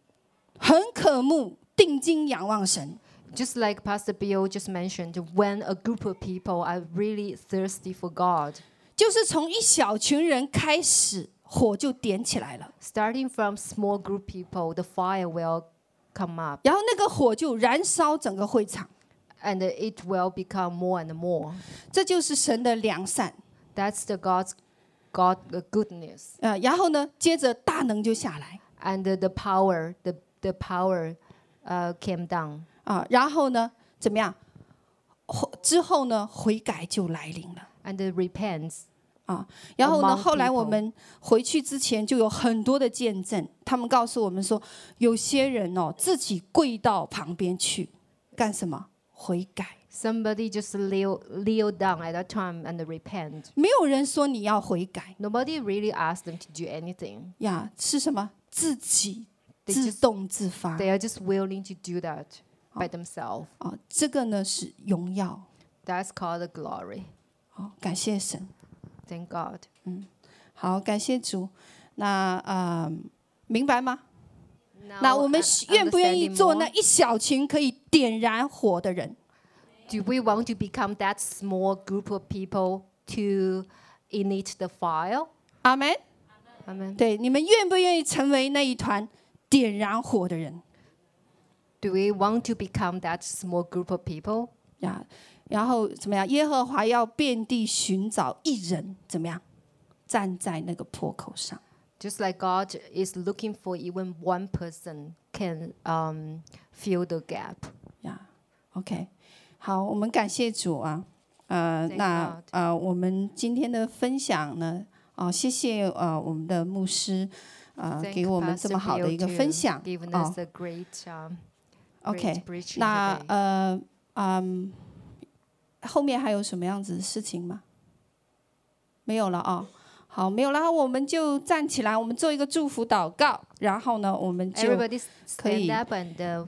[SPEAKER 3] 很渴慕，定睛仰望神。
[SPEAKER 2] Just like Pastor Bill just mentioned, when a group of people are really thirsty for God,
[SPEAKER 3] 就是从一小群人开始，火就点起来了，
[SPEAKER 2] starting from small group people, the fire will come up
[SPEAKER 3] 然后那个火就燃烧整个会场。
[SPEAKER 2] and it will become more and more.
[SPEAKER 3] 这就是神的良善，
[SPEAKER 2] That's the God's God the goodness
[SPEAKER 3] 呃，然后呢，接着大能就下来
[SPEAKER 2] and the, the power, the the power uh, came down
[SPEAKER 3] 啊、然后呢，怎么样？后之后呢，悔改就来临了。
[SPEAKER 2] and the repents.
[SPEAKER 3] 啊，然后呢，
[SPEAKER 2] Among
[SPEAKER 3] 后来我
[SPEAKER 2] people
[SPEAKER 3] 们回去之前就有很多的见证，他们告诉我们说，有些人哦自己跪到旁边去干什么？悔改。
[SPEAKER 2] Somebody just kneel, kneel down at that time and repent.
[SPEAKER 3] 没有人说你要悔改
[SPEAKER 2] Nobody really asked them to do anything.
[SPEAKER 3] 呀，是什么？自己
[SPEAKER 2] They
[SPEAKER 3] 自
[SPEAKER 2] just
[SPEAKER 3] 动自发
[SPEAKER 2] they are just willing to do that
[SPEAKER 3] Oh.
[SPEAKER 2] by themselves.
[SPEAKER 3] 啊，这个呢是荣耀
[SPEAKER 2] That's called the glory.
[SPEAKER 3] 啊，感谢神，
[SPEAKER 2] Thank God.
[SPEAKER 3] 好，感谢主。那呃，明白吗？
[SPEAKER 2] Now
[SPEAKER 3] 那我们
[SPEAKER 2] I-
[SPEAKER 3] 愿不愿意
[SPEAKER 2] understanding
[SPEAKER 3] 做
[SPEAKER 2] more.
[SPEAKER 3] 那一小群可以点燃火的人？
[SPEAKER 2] Do we want to become that small group of people to ignite the fire?
[SPEAKER 3] 阿门。
[SPEAKER 2] Amen.
[SPEAKER 3] 对，你们愿不愿意成为那一团点燃火的人
[SPEAKER 2] Do we want to become that small group of people?
[SPEAKER 3] 呀？然后怎么样？耶和华要遍地寻找一人，怎么样？站在那个破口上，
[SPEAKER 2] Just like God is looking for even one person can um, fill the gap.
[SPEAKER 3] 呀，OK，好，我们感谢主啊，呃，
[SPEAKER 2] Thank
[SPEAKER 3] 那
[SPEAKER 2] God
[SPEAKER 3] 呃，我们今天的分享呢，啊、谢谢呃我们的牧师，呃，
[SPEAKER 2] Thank
[SPEAKER 3] 给我们
[SPEAKER 2] Pastor
[SPEAKER 3] 这么好的
[SPEAKER 2] Bill
[SPEAKER 3] 一个
[SPEAKER 2] to
[SPEAKER 3] 分享
[SPEAKER 2] Given
[SPEAKER 3] 哦
[SPEAKER 2] us a great, um,
[SPEAKER 3] ，OK，
[SPEAKER 2] great preaching
[SPEAKER 3] 那
[SPEAKER 2] today.
[SPEAKER 3] 呃嗯，后面还有什么样子的事情吗？没有了啊、好，没有了，我们就站起来，我们做一个祝福祷告，然后呢，我们就
[SPEAKER 2] Everybody s-
[SPEAKER 3] 可以
[SPEAKER 2] stand up and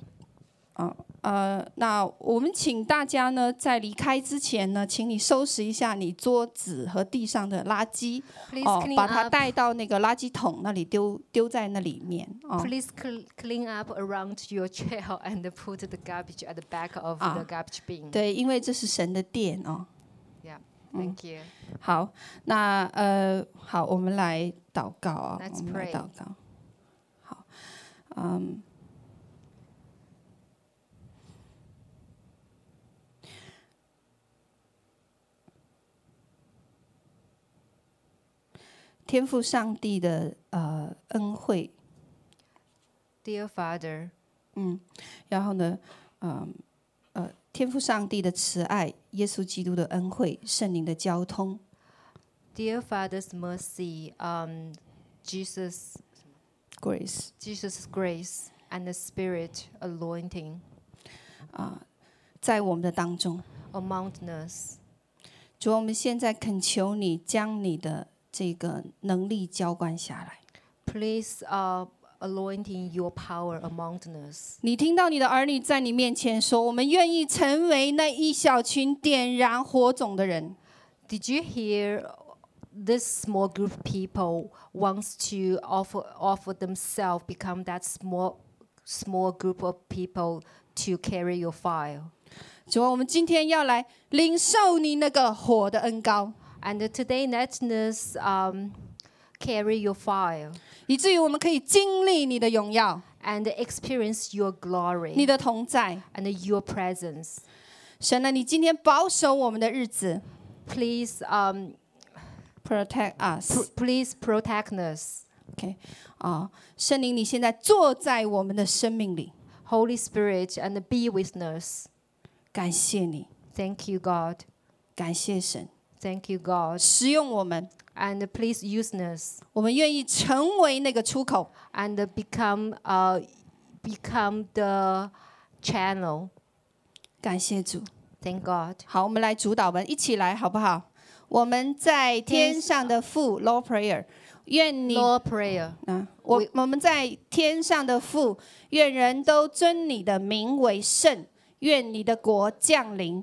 [SPEAKER 2] uh,
[SPEAKER 3] 呃，那我们请大家呢，在离开之前呢，请你收拾一下你桌子和地上的垃圾
[SPEAKER 2] please
[SPEAKER 3] 哦，
[SPEAKER 2] clean
[SPEAKER 3] 把它
[SPEAKER 2] up.
[SPEAKER 3] 带到那个垃圾桶那里丢丢在那里面哦。
[SPEAKER 2] Please cl- clean up around your (laughs) chair and put the garbage at the back of
[SPEAKER 3] Ah.
[SPEAKER 2] the garbage bin.
[SPEAKER 3] 对，因为这是神的殿哦。
[SPEAKER 2] Yeah, thank you.
[SPEAKER 3] 好，那呃，好，我们来祷告啊、
[SPEAKER 2] Let's
[SPEAKER 3] 我们来
[SPEAKER 2] pray.
[SPEAKER 3] 祷告。好，嗯嗯，天赋上帝的呃恩惠，
[SPEAKER 2] Dear Father,
[SPEAKER 3] 嗯然后呢，嗯呃天赋上帝的慈爱，耶稣基督的恩惠，圣灵的交通，
[SPEAKER 2] Dear Father's mercy, um, Jesus,
[SPEAKER 3] grace
[SPEAKER 2] Jesus' grace and the Spirit anointing
[SPEAKER 3] 在我们的当中。
[SPEAKER 2] among us.
[SPEAKER 3] 主，我们现在恳求你将你的这个能力浇灌下来。
[SPEAKER 2] Please, uh, anointing your power among us.
[SPEAKER 3] 你听到你的儿女在你面前说：“我们愿意成为那一小群点燃火种的人。
[SPEAKER 2] Did you hear? This small group of people wants to offer offer themselves become that small small group of people to carry your fire. ”
[SPEAKER 3] 主啊，我们今天要来领受你那个火的恩高，
[SPEAKER 2] And today, let us um, carry your fire
[SPEAKER 3] 以至于我们可以经历你的荣耀、
[SPEAKER 2] and experience your
[SPEAKER 3] 你
[SPEAKER 2] glory
[SPEAKER 3] 的同在。
[SPEAKER 2] and your presence.
[SPEAKER 3] 神啊，你今天保守我们的日子
[SPEAKER 2] Please, um,
[SPEAKER 3] ，protect
[SPEAKER 2] pr-
[SPEAKER 3] us。
[SPEAKER 2] please protect us.
[SPEAKER 3] OK，啊、圣灵，你现在坐在我们的生命里，
[SPEAKER 2] Holy Spirit, and be with us.
[SPEAKER 3] 感谢你，
[SPEAKER 2] Thank you, God.
[SPEAKER 3] 感谢神，
[SPEAKER 2] Thank you, God.
[SPEAKER 3] 使用我们，
[SPEAKER 2] And please use us
[SPEAKER 3] 我们愿意成为那个出口，
[SPEAKER 2] and become, uh, become the channel.
[SPEAKER 3] 感谢主。
[SPEAKER 2] Thank God.
[SPEAKER 3] 好，我们来主导文，一起来好不好？我们在天上的父，Lord Prayer，愿你
[SPEAKER 2] Lord prayer.
[SPEAKER 3] 啊，我我们在天上的父，愿人都尊你的名为圣，愿你的国降临，